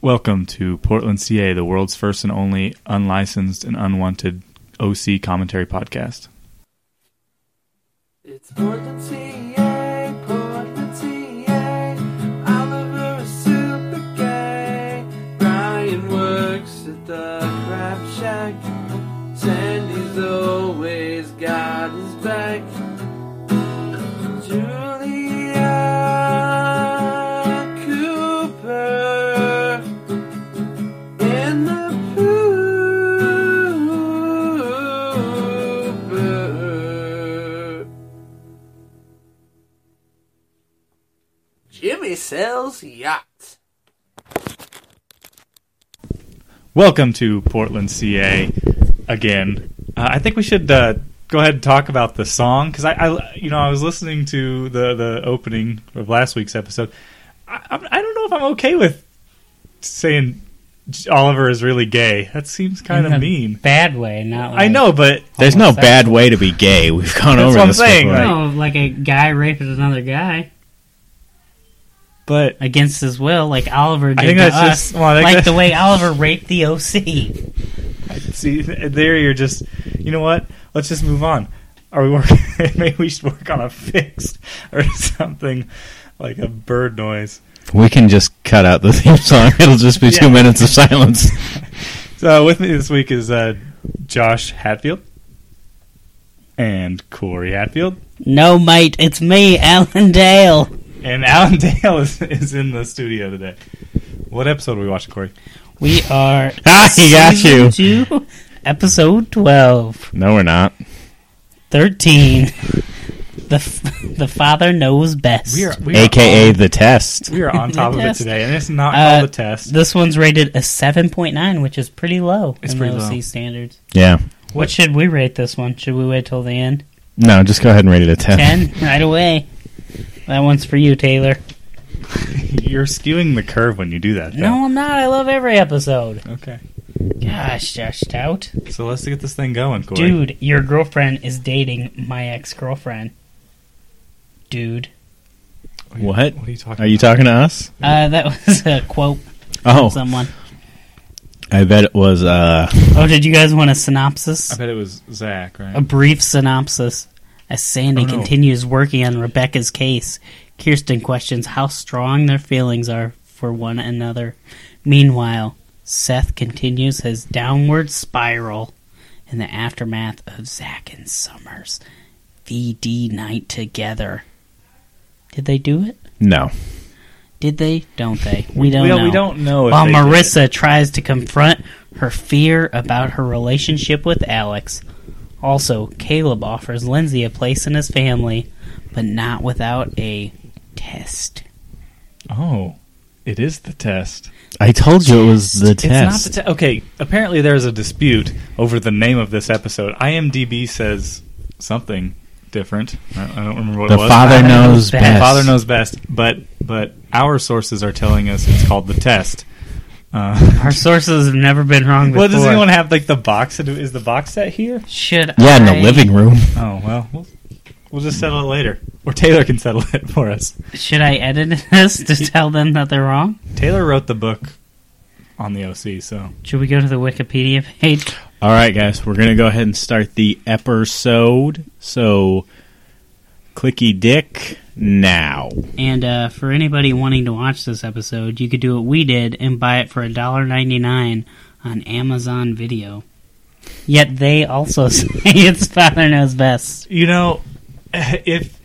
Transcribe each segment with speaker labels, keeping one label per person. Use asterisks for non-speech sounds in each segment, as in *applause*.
Speaker 1: Welcome to Portland CA, the world's first and only unlicensed and unwanted OC commentary podcast.
Speaker 2: It's Portland TA, Portland TA. Oliver is super gay. Brian works at the crab shack. Sandy's always got his back. Julia Cooper in the pooper. Jimmy sells yachts.
Speaker 1: Welcome to Portland CA again. Uh, I think we should uh, go ahead and talk about the song because I, I, you know, I was listening to the the opening of last week's episode. I, I'm- I don't know if I'm okay with saying Oliver is really gay. That seems kind
Speaker 3: In a
Speaker 1: of mean.
Speaker 3: Bad way, not. Like,
Speaker 1: I know, but
Speaker 4: There's no
Speaker 3: Homosexual.
Speaker 4: bad way to be gay. We've gone
Speaker 1: That's
Speaker 4: over
Speaker 1: what I'm
Speaker 4: this
Speaker 1: saying,
Speaker 4: before.
Speaker 1: right.
Speaker 3: No, like a guy rapes another guy
Speaker 1: but
Speaker 3: against his will, like Oliver did
Speaker 1: think
Speaker 3: to
Speaker 1: that's
Speaker 3: us.
Speaker 1: just- well, I think
Speaker 3: like
Speaker 1: that- *laughs*
Speaker 3: the way Oliver raped the OC.
Speaker 1: See, th- there you're just, you know what? Let's just move on. Are we working? *laughs* Maybe we should work on a fix or *laughs* something like a bird noise.
Speaker 4: We can just cut out the *laughs* theme song. It'll just be
Speaker 1: Yeah.
Speaker 4: two minutes of silence.
Speaker 1: So with me this week is uh, Josh Hatfield and Corey Hatfield.
Speaker 3: No, mate, it's me, Alan Dale.
Speaker 1: And Alan *laughs* Dale is, is in the studio today. What episode are we watching, Corey?
Speaker 3: We
Speaker 1: *laughs*
Speaker 3: are.
Speaker 4: Ah, he got you.
Speaker 3: season Two, episode 12,
Speaker 4: No, we're not.
Speaker 3: 13. the f- *laughs* the father knows best.
Speaker 1: we
Speaker 4: AKA
Speaker 1: on,
Speaker 4: the test.
Speaker 1: we are on top of it
Speaker 3: Test.
Speaker 1: today, and it's not
Speaker 3: Uh,
Speaker 1: called the test.
Speaker 3: This one's rated a 7.9, which is pretty low
Speaker 1: It's
Speaker 3: in
Speaker 1: pretty
Speaker 3: the
Speaker 1: low.
Speaker 3: OC standards.
Speaker 4: Yeah.
Speaker 3: What should we rate this one? Should we wait till the end?
Speaker 4: No, just go ahead and rate it a 10.
Speaker 3: 10 right away. That one's for you, Taylor.
Speaker 1: You're skewing the curve when you do that. though.
Speaker 3: No, I'm not. I love every episode.
Speaker 1: Okay.
Speaker 3: Gosh, Josh Stout.
Speaker 1: So let's get this thing going, Corey.
Speaker 3: Dude, your girlfriend is dating my ex girlfriend. Dude.
Speaker 4: What?
Speaker 1: What are you talking?
Speaker 4: Are you
Speaker 1: about?
Speaker 4: talking to us?
Speaker 3: Uh, that was a quote from
Speaker 4: Oh,
Speaker 3: someone.
Speaker 4: I bet it was, uh,
Speaker 3: Oh, did you guys want a
Speaker 1: I
Speaker 3: synopsis?
Speaker 1: bet it was Zach, right?
Speaker 3: A brief synopsis. As Sandy
Speaker 1: Oh, no.
Speaker 3: continues working on Rebecca's case, Kirsten questions how strong their feelings are for one another. Meanwhile, Seth continues his downward spiral in the aftermath of Zack and Summer's VD night together. Did they do it?
Speaker 4: no.
Speaker 3: Did they? Don't they? We don't
Speaker 1: we,
Speaker 3: know.
Speaker 1: we don't know. If
Speaker 3: While
Speaker 1: they did it.
Speaker 3: Marissa tries to confront her fear about her relationship with Alex, also, Caleb offers Lindsay a place in his family, but not without a test.
Speaker 1: oh, it is the test.
Speaker 4: I told you it was the
Speaker 1: It's not the
Speaker 4: test.
Speaker 1: test. Okay, apparently there's a dispute over the name of this episode. IMDb says something different. I, I don't remember what
Speaker 4: the
Speaker 1: it was.
Speaker 4: father
Speaker 3: Father knows
Speaker 4: knows
Speaker 3: best.
Speaker 4: best.
Speaker 1: The father knows best, but but our sources are telling us it's called the test. Uh, *laughs*
Speaker 3: Our sources have never been wrong before.
Speaker 1: well, does anyone have like the box? Is the box set here?
Speaker 3: Should
Speaker 4: Yeah, in
Speaker 3: I-
Speaker 4: the living room.
Speaker 1: Oh well, we'll, we'll just settle it later, or Taylor can settle *laughs* it for us.
Speaker 3: Should I edit *laughs* this to tell them that they're wrong?
Speaker 1: Taylor wrote the book on the OC, so
Speaker 3: Should we go to the Wikipedia page?
Speaker 4: All right, guys, we're gonna go ahead and start the episode. So, clicky dick now.
Speaker 3: And uh, for anybody wanting to watch this episode, you could do what we did and buy it for $1.99 on Amazon Video. Yet they also *laughs* say it's Father Knows Best.
Speaker 1: you know if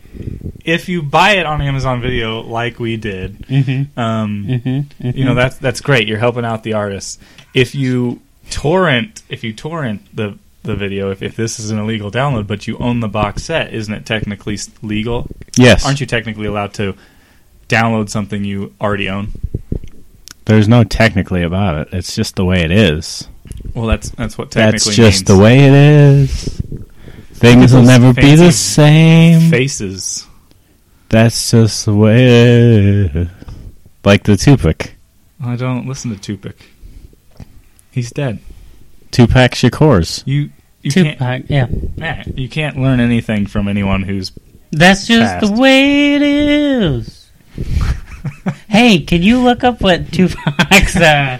Speaker 1: if you buy it on Amazon Video like we did,
Speaker 3: Mm-hmm.
Speaker 1: um,
Speaker 3: Mm-hmm.
Speaker 1: you know that's that's great. You're helping out the artists. If you torrent, if you torrent the the video, if, if this is an illegal download, but you own the box set, isn't it technically s- legal?
Speaker 4: Yes,
Speaker 1: Aren't you technically allowed to download something you already own?
Speaker 4: There's no technically about it. It's just the way it is.
Speaker 1: Well, that's that's what technically
Speaker 4: That's just
Speaker 1: means.
Speaker 4: the way it is. Things will
Speaker 1: those
Speaker 4: never be the
Speaker 1: fancy
Speaker 4: same.
Speaker 1: faces.
Speaker 4: That's just the way it is. Like the Tupac,
Speaker 1: I don't listen to Tupac. He's dead.
Speaker 4: Tupac Shakur's.
Speaker 1: You you can't
Speaker 3: Tupac, yeah.
Speaker 1: Nah, you can't learn anything from anyone who's
Speaker 3: That's just
Speaker 1: *laughs* Fast.
Speaker 3: the way it is. Hey, can you look up what Tupac's uh,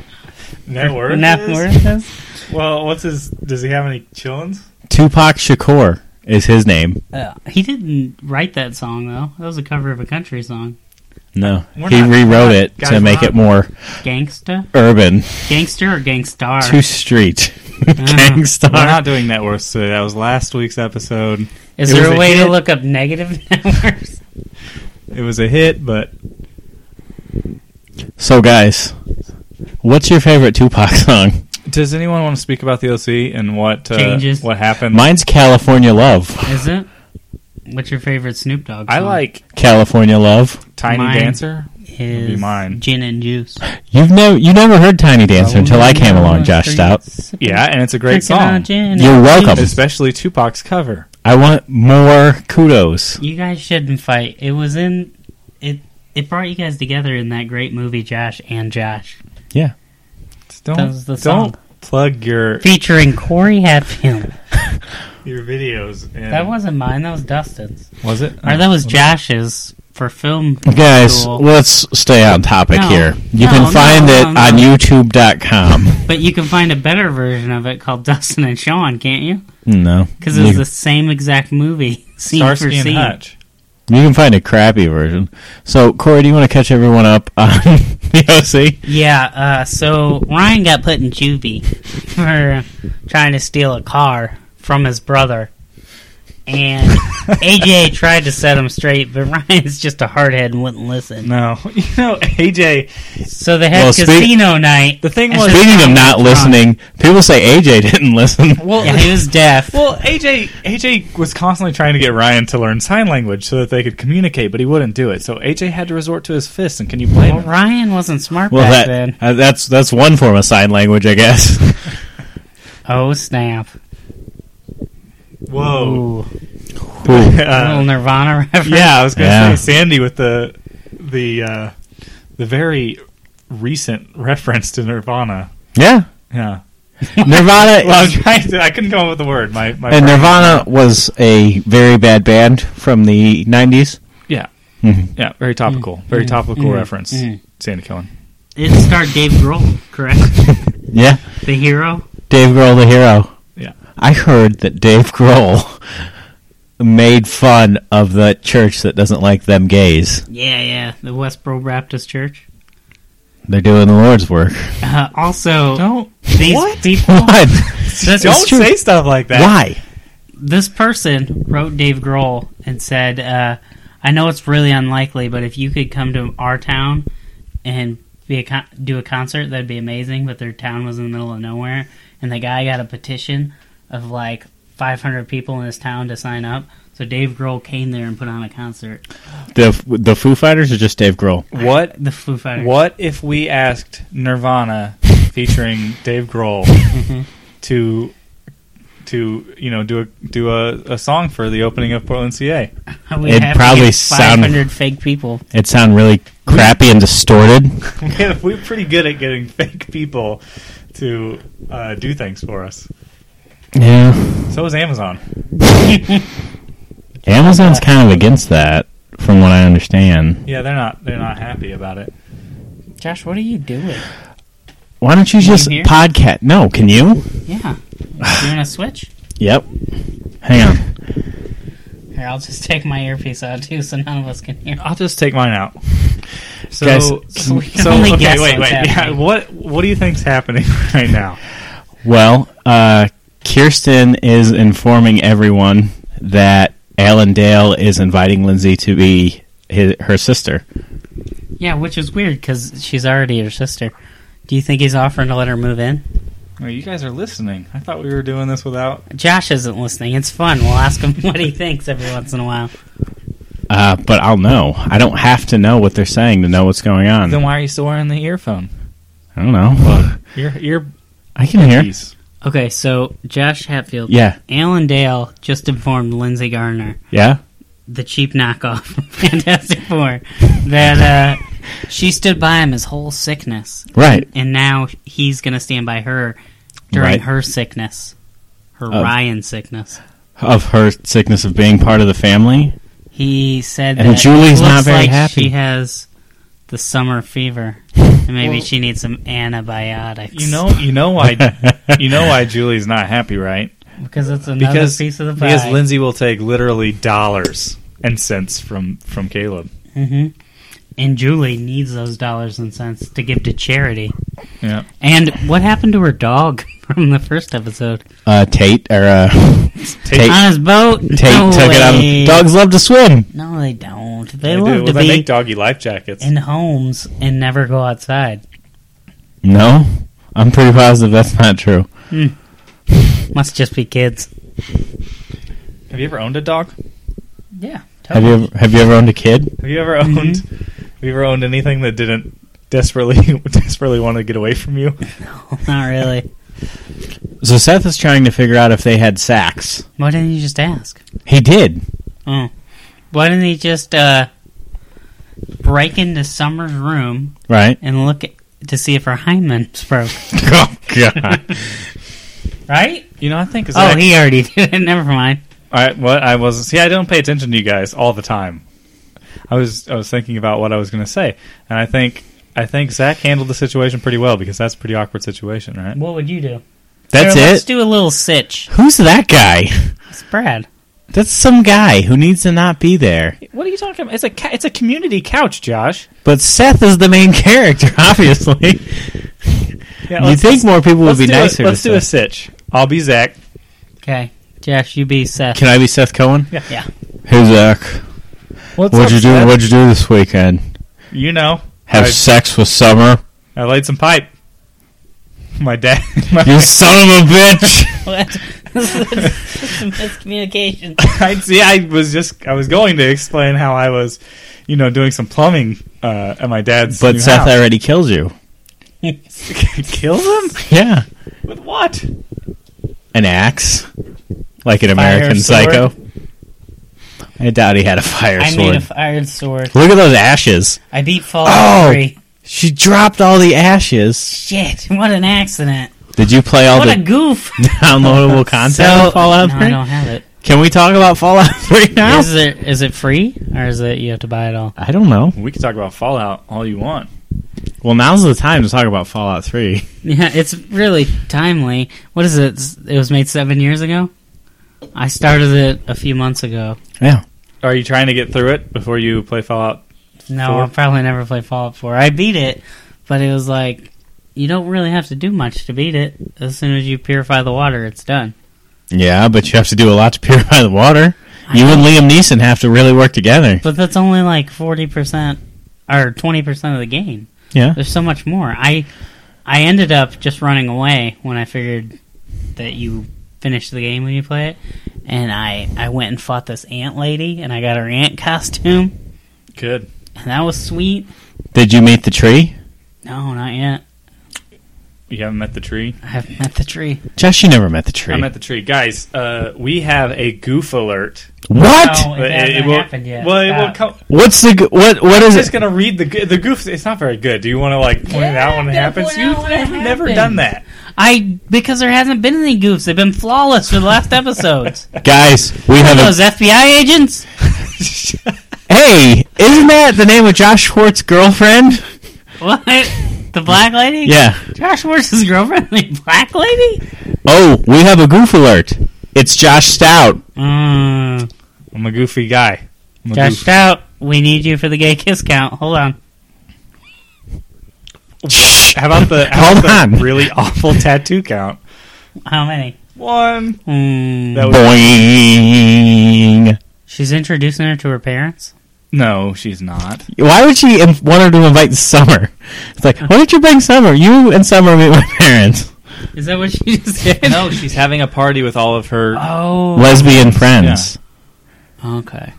Speaker 1: Net worth.
Speaker 3: net
Speaker 1: is?
Speaker 3: worth is?
Speaker 1: Well, what's his? Does he have any chillins?
Speaker 4: Tupac Shakur is his name.
Speaker 3: Uh, he didn't write that song though. That was a cover of a country song.
Speaker 4: No,
Speaker 1: We're
Speaker 4: he
Speaker 1: not-
Speaker 4: rewrote
Speaker 1: we're not-
Speaker 4: it
Speaker 1: guys,
Speaker 4: to
Speaker 1: we're
Speaker 4: make
Speaker 1: not-
Speaker 4: it more
Speaker 3: Gangsta,
Speaker 4: urban.
Speaker 3: gangster, or gangstar?
Speaker 1: *laughs*
Speaker 4: Two Street
Speaker 1: *laughs*
Speaker 4: Gangstar.
Speaker 1: We're not doing net worth today. That was last week's episode.
Speaker 3: Is
Speaker 1: It
Speaker 3: there
Speaker 1: was
Speaker 3: a
Speaker 1: a
Speaker 3: way
Speaker 1: hit.
Speaker 3: to look up negative *laughs* net worth?
Speaker 1: It was a hit, but
Speaker 4: So, guys, what's your favorite Tupac song?
Speaker 1: does anyone want to speak about the OC and what uh,
Speaker 3: Changes.
Speaker 1: What happened?
Speaker 4: Mine's California Love.
Speaker 3: Is it? What's your favorite Snoop Dogg?
Speaker 1: I
Speaker 3: song?
Speaker 1: like
Speaker 4: California Love.
Speaker 1: Tiny
Speaker 3: Mine.
Speaker 1: Dancer.
Speaker 3: his
Speaker 1: be mine.
Speaker 3: gin and juice.
Speaker 4: You've never you never heard Tiny Dancer until I came along, Josh Stout.
Speaker 1: Yeah, and it's a great
Speaker 3: Drinking on
Speaker 1: song,
Speaker 3: gin and
Speaker 4: You're welcome.
Speaker 1: especially Tupac's cover.
Speaker 4: I want more kudos.
Speaker 3: You guys shouldn't fight. It was in it. It brought you guys together in that great movie, Josh and Josh,
Speaker 1: Just Don't
Speaker 3: That was the
Speaker 1: don't
Speaker 3: song.
Speaker 1: plug your
Speaker 3: featuring Corey Hatfield.
Speaker 1: your videos. In.
Speaker 3: That wasn't mine. That was Dustin's.
Speaker 1: was it.
Speaker 3: Or that was Josh's for film.
Speaker 4: Guys,
Speaker 3: school.
Speaker 4: let's stay on topic
Speaker 3: No.
Speaker 4: here. You
Speaker 3: No,
Speaker 4: can
Speaker 3: no,
Speaker 4: find
Speaker 3: no,
Speaker 4: it
Speaker 3: no.
Speaker 4: on youtube.com.
Speaker 3: but you can find a better version of it called Dustin and Sean, can't you?
Speaker 4: No.
Speaker 3: Because
Speaker 4: you,
Speaker 3: it was the same exact movie, scene E for
Speaker 1: Starsky and
Speaker 3: scene.
Speaker 1: Hutch.
Speaker 4: you can find a crappy version. So, Corey, do you want to catch everyone up on *laughs* the OC?
Speaker 3: Yeah, uh, so Ryan got put in juvie for trying to steal a car from his brother. And
Speaker 1: *laughs*
Speaker 3: AJ tried to set him straight, but Ryan's just a hardhead and wouldn't listen.
Speaker 1: No, *laughs* you know AJ.
Speaker 3: So they had
Speaker 4: Well, speak-
Speaker 3: casino night.
Speaker 1: The thing
Speaker 3: and
Speaker 1: was-
Speaker 3: so-
Speaker 4: Speaking of not
Speaker 3: Wrong.
Speaker 4: listening, people say AJ didn't *laughs* listen.
Speaker 1: Well,
Speaker 3: *laughs* Yeah, he was deaf.
Speaker 1: well, AJ AJ was constantly trying to get Ryan to learn sign language so that they could communicate, but he wouldn't do it. So AJ had to resort to his fists. And can you blame
Speaker 3: Well,
Speaker 1: him?
Speaker 3: Ryan wasn't smart
Speaker 4: Well,
Speaker 3: back then.
Speaker 4: that, uh, that's that's one form of sign language, I guess.
Speaker 3: Oh, snap.
Speaker 1: Whoa.
Speaker 3: Ooh,
Speaker 4: Ooh.
Speaker 3: a little
Speaker 1: Uh,
Speaker 3: Nirvana *laughs* reference.
Speaker 1: yeah, I was going to
Speaker 4: Yeah.
Speaker 1: say Sandy with the the uh, the very recent reference to Nirvana.
Speaker 4: *laughs* Yeah,
Speaker 1: Yeah.
Speaker 4: Nirvana.
Speaker 3: *laughs*
Speaker 1: Well, I was trying to. I couldn't come up with the word. My my.
Speaker 4: and
Speaker 1: brain-
Speaker 4: Nirvana was a very bad band from the '90s.
Speaker 1: Yeah.
Speaker 4: Mhm.
Speaker 1: Yeah. Very topical. very
Speaker 4: Mm-hmm.
Speaker 1: topical
Speaker 3: mm,
Speaker 1: reference.
Speaker 3: mm.
Speaker 1: Sandy Cohen.
Speaker 3: It starred Dave Grohl, correct?
Speaker 4: Yeah,
Speaker 3: the hero?
Speaker 4: Dave Grohl, the hero.
Speaker 1: Yeah.
Speaker 4: I heard that Dave Grohl made fun of the church that doesn't like them gays.
Speaker 3: Yeah, yeah. The Westboro Baptist Church.
Speaker 4: They're doing the Lord's work.
Speaker 3: Uh, also,
Speaker 1: Don't.
Speaker 3: these
Speaker 1: What?
Speaker 3: people.
Speaker 4: *laughs* What?
Speaker 3: This,
Speaker 1: Don't say stuff like that.
Speaker 4: Why?
Speaker 3: this person wrote Dave Grohl and said, uh, "I know it's really unlikely, but if you could come to our town and be a con- do a concert, that'd be amazing." But their town was in the middle of nowhere, and the guy got a petition of like 500 people in his town to sign up. So Dave Grohl came there and put on a concert.
Speaker 4: The the Foo Fighters or just Dave Grohl?
Speaker 1: What?
Speaker 3: The Foo Fighters.
Speaker 1: What if we asked Nirvana, *laughs* featuring Dave Grohl, Mm-hmm. to to you know do a do a, a song for the opening of Portland, *laughs* CA?
Speaker 3: We'd
Speaker 4: It'd
Speaker 3: have to
Speaker 4: probably
Speaker 3: get
Speaker 4: sound-
Speaker 3: 500 fake people.
Speaker 4: It sound really crappy and distorted.
Speaker 1: Yeah, We're pretty good at getting fake people to uh, do things for us.
Speaker 4: Yeah.
Speaker 1: So is Amazon.
Speaker 4: Amazon's kind of against that, from what I understand.
Speaker 1: Yeah, they're not they're not happy about it.
Speaker 3: Josh, what are you doing?
Speaker 4: Why don't you just
Speaker 3: hear?
Speaker 4: podcast? No, can you? *sighs*
Speaker 3: Yeah, you want to switch?
Speaker 4: Yep. Hang on.
Speaker 3: Here, I'll just take my earpiece out too, so none of us can hear.
Speaker 1: I'll just take mine out. So,
Speaker 4: Guys,
Speaker 1: so,
Speaker 3: we
Speaker 1: *laughs*
Speaker 3: can only
Speaker 1: okay,
Speaker 3: guess
Speaker 1: wait,
Speaker 3: what's
Speaker 1: wait. Yeah,
Speaker 3: happening.
Speaker 1: what what do you think's happening *laughs* right now?
Speaker 4: Well, uh, Kirsten is informing everyone that Alan Dale is inviting Lindsay to be his, her sister.
Speaker 3: Yeah, which is weird because she's already her sister. Do you think he's offering to let her move in?
Speaker 1: Well, you guys are listening. I thought we were doing this without.
Speaker 3: Josh isn't listening. It's fun. We'll ask him *laughs* what he thinks every once in a while.
Speaker 4: Uh, but I'll know. I don't have to know what they're saying to know what's going on.
Speaker 1: Then why are you still wearing the earphone?
Speaker 4: I don't know.
Speaker 1: Your ear
Speaker 4: I can hear.
Speaker 1: piece.
Speaker 3: Okay, so Josh Hatfield,
Speaker 4: Yeah.
Speaker 3: Alan Dale just informed Lindsay Garner,
Speaker 4: Yeah.
Speaker 3: the cheap knockoff from *laughs* Fantastic Four, that uh, she stood by him his whole sickness,
Speaker 4: Right.
Speaker 3: and now he's going to stand by her during
Speaker 4: Right.
Speaker 3: her sickness, her
Speaker 4: Oh.
Speaker 3: Ryan sickness.
Speaker 4: Of her sickness of being part of the family. *laughs*
Speaker 3: He said
Speaker 4: And
Speaker 3: that
Speaker 4: Julie's
Speaker 3: it looks
Speaker 4: not very
Speaker 3: like
Speaker 4: happy.
Speaker 3: She has the summer
Speaker 4: *laughs*
Speaker 3: fever. And maybe
Speaker 1: Well-
Speaker 3: she needs some antibiotics.
Speaker 1: You know, you know *laughs* why,
Speaker 4: Uh,
Speaker 1: you know why Julie's not happy, right?
Speaker 3: because it's another
Speaker 1: Because
Speaker 3: piece of the pie.
Speaker 1: because Lindsay will take literally dollars and cents from from Caleb.
Speaker 3: hmm And Julie needs those dollars and cents to give to charity.
Speaker 1: Yeah,
Speaker 3: And what happened to her dog *laughs* from the first episode?
Speaker 4: Uh, Tate or uh, Tate,
Speaker 3: On his boat.
Speaker 4: Tate
Speaker 3: no
Speaker 4: took it
Speaker 3: way.
Speaker 4: on. Dogs love to swim.
Speaker 3: No, they don't. They,
Speaker 1: do.
Speaker 3: love
Speaker 1: Well,
Speaker 3: to
Speaker 1: they
Speaker 3: be
Speaker 1: make doggy life jackets.
Speaker 3: in homes and never go outside.
Speaker 4: No, I'm pretty positive that's not true.
Speaker 3: Must just be kids.
Speaker 1: Have you ever owned a dog?
Speaker 3: Yeah.
Speaker 4: Have you ever, have you ever owned a kid?
Speaker 1: Have you ever
Speaker 3: Mm-hmm.
Speaker 1: owned? Have you ever owned anything that didn't desperately *laughs* desperately want to get away from you?
Speaker 3: *laughs* Not really.
Speaker 4: So Seth is trying to figure out if they had sacks.
Speaker 3: Why didn't you just ask?
Speaker 4: He did.
Speaker 3: Oh. Why didn't he just uh, break into Summer's room
Speaker 1: *laughs*
Speaker 4: Right.
Speaker 3: and look at, to see if her hymen broke?
Speaker 4: Oh God.
Speaker 3: Right?
Speaker 1: You know, I think. Is
Speaker 3: Oh, he already *laughs* did it. Never mind.
Speaker 1: I what I was see. I don't pay attention to you guys all the time. I was I was thinking about what I was going to say, and I think I think Zach handled the situation pretty well because that's a pretty awkward situation, right?
Speaker 3: What would you do?
Speaker 4: That's
Speaker 3: Here, Let's
Speaker 4: it.
Speaker 3: do a little sitch.
Speaker 4: Who's that guy?
Speaker 3: It's Brad.
Speaker 4: That's some guy who needs to not be there.
Speaker 1: What are you talking about? It's a ca- it's a community couch, Josh.
Speaker 4: But Seth is the main *laughs* character, obviously.
Speaker 1: Yeah,
Speaker 4: You
Speaker 1: let's-
Speaker 4: think more people
Speaker 1: let's
Speaker 4: would be
Speaker 1: do a-
Speaker 4: nicer
Speaker 1: let's
Speaker 4: to
Speaker 1: do a
Speaker 4: Seth.
Speaker 1: sitch. I'll be Zach.
Speaker 3: Okay. Josh, you be Seth.
Speaker 4: Can I be Seth Cohen?
Speaker 1: Yeah.
Speaker 3: Yeah. *laughs*
Speaker 4: Hey Zach,
Speaker 1: What's
Speaker 4: what'd
Speaker 1: up,
Speaker 4: you do?
Speaker 1: Seth?
Speaker 4: What'd you do this weekend?
Speaker 1: You know,
Speaker 4: Have
Speaker 1: I,
Speaker 4: sex with Summer?
Speaker 1: I laid some pipe. *laughs* My dad. *laughs* My,
Speaker 4: You son of a bitch!
Speaker 3: What? this is miscommunication.
Speaker 1: I see. I was just. I was going to explain how I was, you know, doing some plumbing uh, at my dad's.
Speaker 4: but
Speaker 1: new
Speaker 4: Seth
Speaker 1: house.
Speaker 4: already killed you.
Speaker 1: killed him
Speaker 4: Yeah,
Speaker 1: with what?
Speaker 4: an axe, like an American
Speaker 1: sword?
Speaker 4: Psycho. I doubt he had a fire
Speaker 3: I
Speaker 4: sword.
Speaker 3: made a iron sword.
Speaker 4: Look at those ashes.
Speaker 3: I beat Fallout
Speaker 4: Oh.
Speaker 3: 3.
Speaker 4: She dropped all the ashes.
Speaker 3: Shit, what an accident.
Speaker 4: Did you play all
Speaker 3: What a
Speaker 4: Oh, the *laughs*
Speaker 3: goof.
Speaker 4: downloadable
Speaker 3: *laughs*
Speaker 4: content
Speaker 3: So-
Speaker 4: of Fallout
Speaker 3: no,
Speaker 4: 3?
Speaker 3: I don't have it.
Speaker 4: Can we talk about Fallout *laughs* 3 now?
Speaker 3: Is it is it free or is it you have to buy it all?
Speaker 4: I don't know.
Speaker 1: We can talk about Fallout all you want.
Speaker 4: Well, now's the time to talk about Fallout 3.
Speaker 3: Yeah, it's really timely. What is it? S- It was made 7 years ago. I started it a few months ago.
Speaker 4: Yeah.
Speaker 1: Are you trying to get through it before you play Fallout?
Speaker 3: No,
Speaker 1: Four?
Speaker 3: I'll probably never play Fallout 4. I beat it, but it was like you don't really have to do much to beat it. As soon as you purify the water, it's done.
Speaker 4: Yeah, but you have to do a lot to *laughs* purify the water.
Speaker 3: I
Speaker 4: You
Speaker 3: know.
Speaker 4: and Liam Neeson have to really work together.
Speaker 3: But that's only like 40% or 20% of the game.
Speaker 4: Yeah.
Speaker 3: There's so much more. I I ended up just running away when I figured that you finish the game when you play it. And I, I went and fought this ant lady, and I got her ant costume,
Speaker 1: Good.
Speaker 3: and that was sweet.
Speaker 4: Did you meet the tree?
Speaker 3: No, not yet.
Speaker 1: You haven't met the tree.
Speaker 3: I haven't met the tree.
Speaker 4: Josh, you never met the tree.
Speaker 1: I met the tree, guys. Uh, we have a goof alert.
Speaker 4: what?
Speaker 3: No, it
Speaker 1: But
Speaker 3: hasn't
Speaker 1: will-
Speaker 3: happened yet. Uh,
Speaker 1: Well, it will
Speaker 3: Stop.
Speaker 1: come.
Speaker 4: What's the g- what? What
Speaker 1: I'm
Speaker 3: *laughs*
Speaker 4: is
Speaker 1: just
Speaker 4: it?
Speaker 1: gonna read the go- the goof. It's not very good. Do you want to like point it
Speaker 3: Yeah,
Speaker 1: out when
Speaker 3: I'm
Speaker 1: it
Speaker 3: gonna
Speaker 1: happens?
Speaker 3: point
Speaker 1: You've
Speaker 3: out when it
Speaker 1: never- never
Speaker 3: happens.
Speaker 1: done that.
Speaker 3: I because there hasn't been any goofs. They've been flawless for the last episodes.
Speaker 4: Guys, we have
Speaker 3: Those
Speaker 4: a.
Speaker 3: FBI agents.
Speaker 4: Hey, isn't that the name of Josh Schwartz's girlfriend?
Speaker 3: What? The black lady?
Speaker 4: Yeah.
Speaker 3: Josh Morris's girlfriend, *laughs* the black lady?
Speaker 4: Oh, we have a goof alert. It's Josh Stout.
Speaker 3: Mm.
Speaker 1: *laughs* I'm a goofy guy. I'm a
Speaker 3: Josh
Speaker 1: goof.
Speaker 3: Stout, we need you for the gay kiss count. Hold on.
Speaker 4: Shh.
Speaker 1: How about the how
Speaker 4: Hold
Speaker 1: about the
Speaker 4: on.
Speaker 1: really awful *laughs* tattoo count?
Speaker 3: How many?
Speaker 1: One.
Speaker 3: Mm.
Speaker 1: That was-
Speaker 4: Boing.
Speaker 3: She's introducing her to her parents.
Speaker 1: No, she's not.
Speaker 4: Why would she Im- want her to invite Summer? It's like, why don't you bring Summer? You and Summer meet my parents.
Speaker 3: Is that what she *laughs* just did?
Speaker 1: No, she's having a party with all of her
Speaker 3: Oh.
Speaker 4: Lesbian friends.
Speaker 3: Okay.